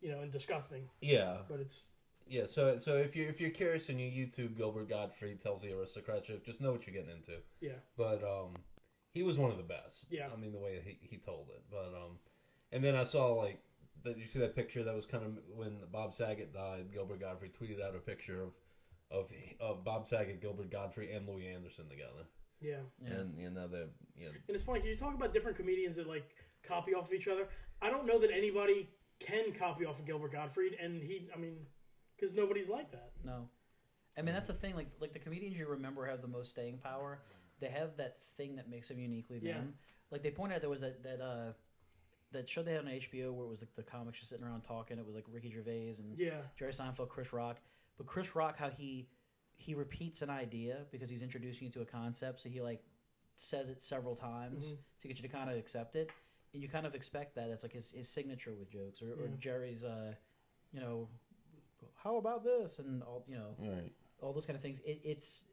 Speaker 2: you know and disgusting,
Speaker 3: Yeah,
Speaker 2: but it's
Speaker 3: yeah. So so if you're if you're curious and you YouTube Gilbert Gottfried tells the aristocrat joke, just know what you're getting into.
Speaker 2: yeah.
Speaker 3: But um, he was one of the best.
Speaker 2: Yeah.
Speaker 3: I mean the way he, he told it. But um, and then I saw like that you see that picture that was kind of when Bob Saget died. Gilbert Gottfried tweeted out a picture of of of Bob Saget, Gilbert Gottfried, and Louis Anderson together.
Speaker 2: Yeah.
Speaker 3: And you know they're you know,
Speaker 2: And it's funny 'cause you talk about different comedians that like copy off of each other. I don't know that anybody can copy off of Gilbert Gottfried, and he, I mean, because nobody's like that.
Speaker 1: No. I mean that's the thing like like the comedians you remember have the most staying power. They have that thing that makes them uniquely them.
Speaker 2: Yeah.
Speaker 1: Like they pointed out there was that that uh that show they had on HBO where it was like the comics just sitting around talking. It was like Ricky Gervais and
Speaker 2: Yeah.
Speaker 1: Jerry Seinfeld, Chris Rock. But Chris Rock, how he he repeats an idea because he's introducing you to a concept, so he like says it several times to get you to kind of accept it, and you kind of expect that. It's like his, his signature with jokes or, or
Speaker 2: Yeah.
Speaker 1: Jerry's, uh, you know, how about this and all you know
Speaker 3: right
Speaker 1: all those kind of things. It, it's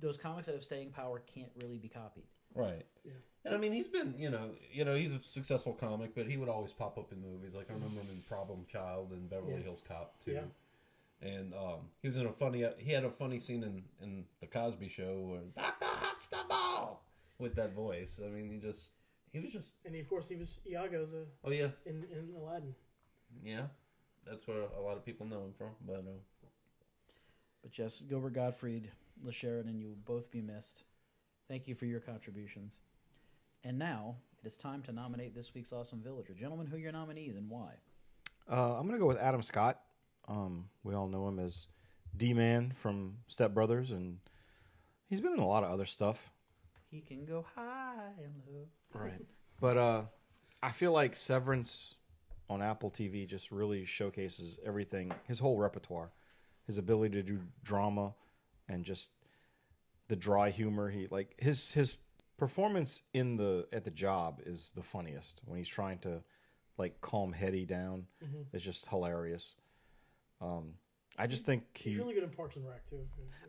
Speaker 1: those comics that have staying power can't really be copied.
Speaker 3: right.
Speaker 2: Yeah.
Speaker 3: And I mean, he's been, you know, you know, he's a successful comic, but he would always pop up in movies. Like I remember him in Problem Child and Beverly
Speaker 2: Yeah.
Speaker 3: Hills Cop too.
Speaker 2: Yeah.
Speaker 3: And um, he was in a funny. He had a funny scene in in the Cosby Show where Doctor Huxtable with that voice. I mean, he just he was just.
Speaker 2: And he, of course, he was Iago the
Speaker 3: Oh yeah,
Speaker 2: in, in Aladdin.
Speaker 3: yeah. That's where a lot of people know him from. But uh,
Speaker 1: But yes, Gilbert Gottfried, LaSheridan, you will both be missed. Thank you for your contributions. And now It is time to nominate this week's awesome villager. Gentlemen, who are your nominees and why?
Speaker 4: Uh, I'm gonna go with Adam Scott. Um, we all know him as D Man from Step Brothers, and he's been in a lot of other stuff.
Speaker 1: He can go high and low.
Speaker 4: Right. But uh, I feel like Severance on Apple TV just really showcases everything, his whole repertoire, his ability to do drama, and just the dry humor. He like his his performance in the at the job is the funniest when he's trying to like calm Hetty down. It's just hilarious. Um, I just think he.
Speaker 2: He's really good in Parks and Rec too.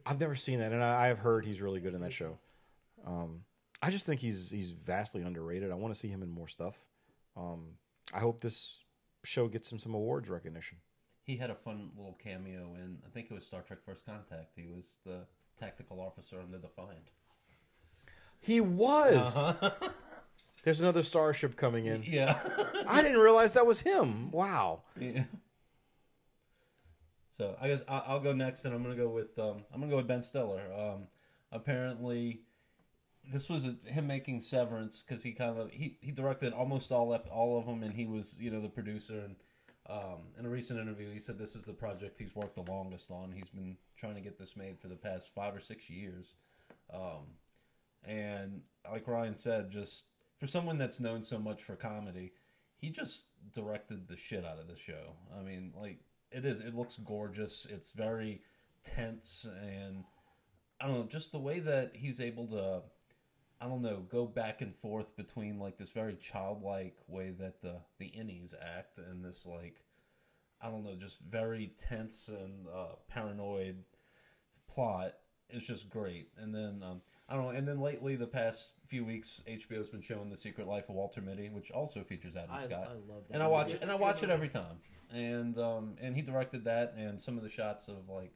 Speaker 4: I've never seen that, and I, I've heard he's really good in that show. Um, I just think he's he's vastly underrated. I want to see him in more stuff. Um, I hope this show gets him some awards recognition.
Speaker 3: He had a fun little cameo in I think it was Star Trek First Contact. He was the tactical officer on the Defiant.
Speaker 4: He was.
Speaker 2: Uh-huh.
Speaker 4: There's another starship coming in.
Speaker 3: Yeah.
Speaker 4: I didn't realize that was him. Wow.
Speaker 3: yeah. So I guess I, I'll go next, and I'm gonna go with um, I'm gonna go with Ben Stiller. Um, apparently, this was a, him making Severance because he kind of he, he directed almost all of, all of them, and he was you know the producer. And um, in a recent interview, he said this is the project he's worked the longest on. He's been trying to get this made for the past five or six years. Um, and like Ryan said, just for someone that's known so much for comedy, he just directed the shit out of the show. I mean, like it is. It looks gorgeous. It's very tense, and I don't know, just the way that he's able to, I don't know, go back and forth between like this very childlike way that the the innies act and this like, I don't know, just very tense and uh, paranoid plot is just great. And then um, I don't know. And then lately, the past few weeks, HBO's been showing The Secret Life of Walter Mitty, which also features Adam
Speaker 1: I-
Speaker 3: Scott.
Speaker 1: I love that
Speaker 3: And I
Speaker 1: movie.
Speaker 3: watch it, and I
Speaker 2: That's a
Speaker 3: watch
Speaker 2: good
Speaker 3: it every time. And um, and he directed that, and some of the shots of like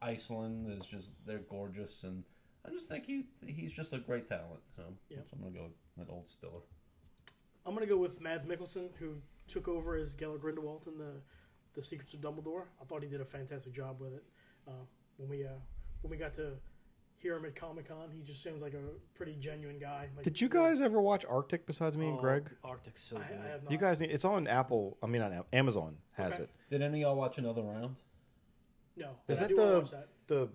Speaker 3: Iceland is just they're gorgeous, and I just think he he's just a great talent. So,
Speaker 2: Yeah.
Speaker 3: so I'm gonna go with old Stiller.
Speaker 2: I'm gonna go with Mads Mikkelsen, who took over as Geller Grindelwald in the the Secrets of Dumbledore. I thought he did a fantastic job with it. Uh, when we uh, when we got to hear him at Comic Con, he just seems like a pretty genuine guy. Like,
Speaker 4: Did you guys ever watch Arctic besides me and
Speaker 1: Oh,
Speaker 4: Greg?
Speaker 1: Arctic's so
Speaker 2: I,
Speaker 1: good.
Speaker 2: I have not.
Speaker 4: You guys need. It's on Apple. I mean, on Am- Amazon has
Speaker 2: Okay.
Speaker 4: it.
Speaker 3: Did any of y'all watch another round?
Speaker 2: No. but
Speaker 4: Is
Speaker 2: I
Speaker 4: that
Speaker 2: do wanna
Speaker 4: the-
Speaker 2: watch that.
Speaker 4: The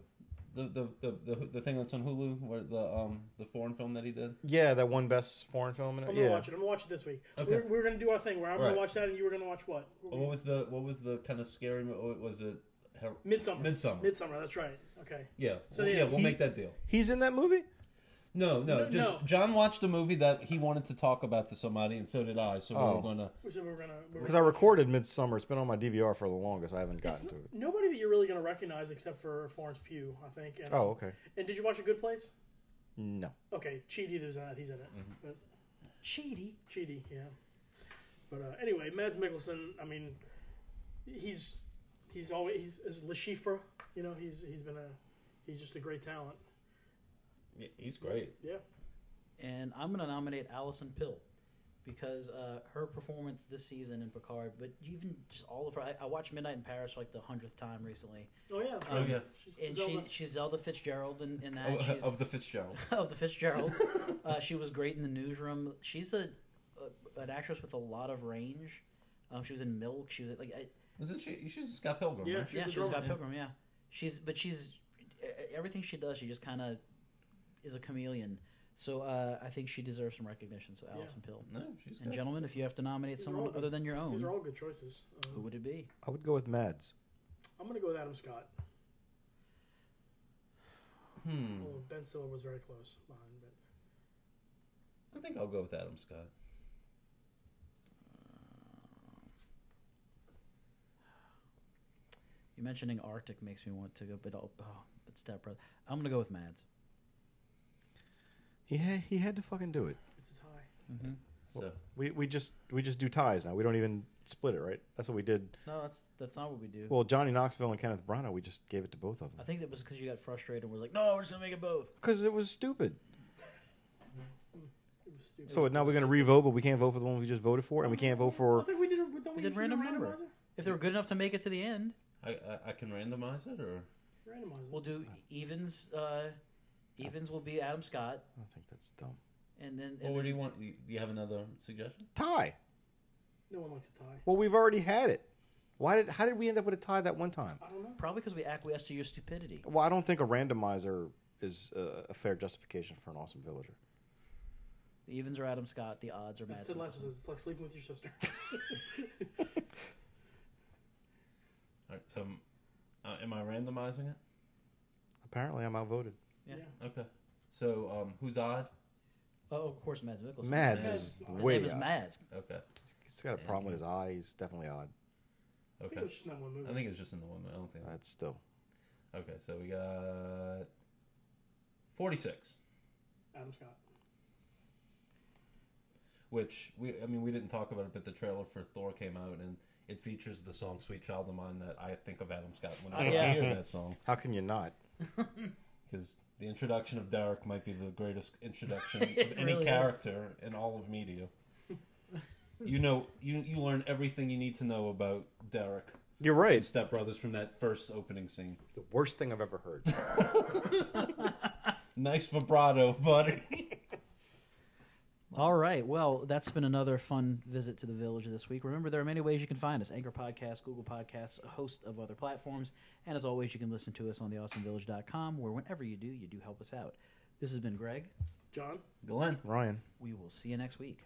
Speaker 3: The the, the the the thing that's on Hulu, where the um the foreign film that he did.
Speaker 4: yeah, that one best foreign film. In it?
Speaker 2: I'm gonna
Speaker 4: yeah.
Speaker 2: watch it. I'm gonna watch it this week.
Speaker 3: Okay.
Speaker 2: We're, we're gonna do our thing where I'm
Speaker 3: Right.
Speaker 2: gonna watch that and you were gonna watch what?
Speaker 3: What was the what was the kind of scary? mo- What was it? Her-
Speaker 2: Midsummer.
Speaker 3: Midsummer.
Speaker 2: Midsummer. That's right. Okay.
Speaker 3: Yeah.
Speaker 2: So,
Speaker 3: well,
Speaker 2: yeah,
Speaker 3: yeah, we'll
Speaker 4: he-
Speaker 3: make that deal.
Speaker 4: He's in that movie.
Speaker 3: No, no,
Speaker 2: No,
Speaker 3: just
Speaker 2: no.
Speaker 3: John watched a movie that he wanted to talk about to somebody, and so did I. So we
Speaker 4: Oh.
Speaker 3: we're gonna.
Speaker 2: We said we're gonna. We're
Speaker 4: Because I recorded Midsummer. It's been on my DVR for the longest. I haven't
Speaker 2: It's
Speaker 4: gotten to
Speaker 2: n-
Speaker 4: it.
Speaker 2: nobody that you're really gonna recognize except for Florence Pugh, I think. And,
Speaker 4: Oh, okay.
Speaker 2: And did you watch A Good Place?
Speaker 4: No.
Speaker 2: Okay, Cheedy there's that. He's in it.
Speaker 4: Mm-hmm.
Speaker 2: But
Speaker 1: Cheaty.
Speaker 2: Cheedy, yeah. But uh, anyway, Mads Mikkelsen. I mean, he's he's always he's, is Le Chiffre. You know, he's he's been a he's just a great talent.
Speaker 3: He's great.
Speaker 2: Yeah.
Speaker 1: and I'm going to nominate Allison Pill because uh, her performance this season in Picard, but even just all of her. I, I watched Midnight in Paris for like the hundredth time recently,
Speaker 2: Oh yeah.
Speaker 1: Oh, yeah.
Speaker 2: She's
Speaker 1: and
Speaker 2: Zelda.
Speaker 1: she she's Zelda Fitzgerald in, in that.
Speaker 3: Of,
Speaker 1: she's,
Speaker 3: of the Fitzgerald.
Speaker 1: of the Fitzgeralds, uh, she was great in the newsroom. She's a, a an actress with a lot of range. Um, she was in Milk. She was like I,
Speaker 3: Isn't she? She's just got Pilgrim.
Speaker 2: Yeah,
Speaker 3: right?
Speaker 2: She was
Speaker 1: yeah,
Speaker 2: the
Speaker 1: she was Scott
Speaker 2: drummer, yeah.
Speaker 1: Pilgrim. Yeah, she's but she's e- e- everything she does. She just kind of is a chameleon. So uh, I think she deserves some recognition. So Allison Pill.
Speaker 3: No, she's
Speaker 1: And
Speaker 3: good.
Speaker 1: gentlemen, if you have to nominate
Speaker 2: These are
Speaker 1: someone
Speaker 2: all good-
Speaker 1: other than your own,
Speaker 2: These are all good choices. Um,
Speaker 1: who would it be?
Speaker 4: I would go with Mads.
Speaker 2: I'm gonna go with Adam Scott.
Speaker 3: Hmm.
Speaker 2: Well, Ben Stiller was very close behind, but
Speaker 3: I think I'll go with Adam Scott.
Speaker 1: You mentioning Arctic makes me want to go, but oh, oh, but Step Brother. I'm gonna go with Mads.
Speaker 4: He had, he had to fucking do it.
Speaker 2: it's his high.
Speaker 3: So
Speaker 4: We we just we just do ties now. We don't even split it, right? That's what we did.
Speaker 1: No, that's that's not what we do.
Speaker 4: Well, Johnny Knoxville and Kenneth Branagh, we just gave it to both of
Speaker 1: I
Speaker 4: them
Speaker 1: think that was because you got frustrated. and We're like, no, we're just gonna make it both.
Speaker 4: because it was stupid.
Speaker 2: It was stupid.
Speaker 4: So now we're gonna revote, but we can't vote for the one we just voted for, and we can't vote
Speaker 2: I
Speaker 4: for.
Speaker 2: think we did. don't We,
Speaker 1: We did
Speaker 2: do
Speaker 1: random
Speaker 2: randomizer?
Speaker 1: number. If they were good enough to make it to the end,
Speaker 3: I, I I can randomize it, or
Speaker 2: Randomizer.
Speaker 1: we'll do evens. Uh, evens will be Adam Scott,
Speaker 4: I think that's dumb.
Speaker 1: and then
Speaker 3: Or
Speaker 1: and
Speaker 3: what do
Speaker 1: then-
Speaker 3: you want? Do you have another suggestion?
Speaker 4: Tie.
Speaker 2: No one likes a tie.
Speaker 4: Well, we've already had it. Why did how did we end up with a tie that one time?
Speaker 2: I don't know.
Speaker 1: probably because we acquiesced to your stupidity.
Speaker 4: Well, I don't think a randomizer is uh, a fair justification for an awesome villager.
Speaker 1: The evens are Adam Scott. The odds are Matt.
Speaker 2: That's Ted Lasso
Speaker 1: Smith.
Speaker 2: says it's like sleeping with your sister.
Speaker 3: All right, so uh, am I randomizing it?
Speaker 4: Apparently, I'm outvoted.
Speaker 1: Yeah.
Speaker 3: Okay. So um, who's odd?
Speaker 1: Oh, of course, Mads Mikkelsen.
Speaker 4: Mads
Speaker 1: His
Speaker 4: is
Speaker 2: His
Speaker 1: name
Speaker 4: way
Speaker 1: is
Speaker 4: odd.
Speaker 1: Mads.
Speaker 3: Okay.
Speaker 4: He's got a problem with his eye. He's definitely odd.
Speaker 2: I think
Speaker 3: Okay.
Speaker 2: it was just in that one movie.
Speaker 3: I think it's just in the one. I don't think.
Speaker 4: That's still
Speaker 3: Okay, so we got forty-six,
Speaker 2: Adam Scott.
Speaker 3: which we. I mean, we didn't talk about it, but the trailer for Thor came out, and it features the song "Sweet Child of Mine" that I think of Adam Scott when I
Speaker 1: Oh, yeah.
Speaker 3: hear that song.
Speaker 4: How can you not?
Speaker 3: because the introduction of Derek might be the greatest introduction of any
Speaker 1: really is.
Speaker 3: character in all of media. you know, you you learn everything you need to know about Derek
Speaker 4: You're
Speaker 3: and
Speaker 4: right.
Speaker 3: Step Brothers from that first opening scene.
Speaker 4: The worst thing I've ever heard.
Speaker 3: Nice vibrato, buddy.
Speaker 1: All right. Well, that's been another fun visit to the village this week. Remember, there are many ways you can find us Anchor Podcasts, Google Podcasts, a host of other platforms. And as always, you can listen to us on theawesomevillage.com, where whenever you do, you do help us out. This has been Greg.
Speaker 2: John.
Speaker 3: Glenn.
Speaker 4: Ryan.
Speaker 1: We will see you next week.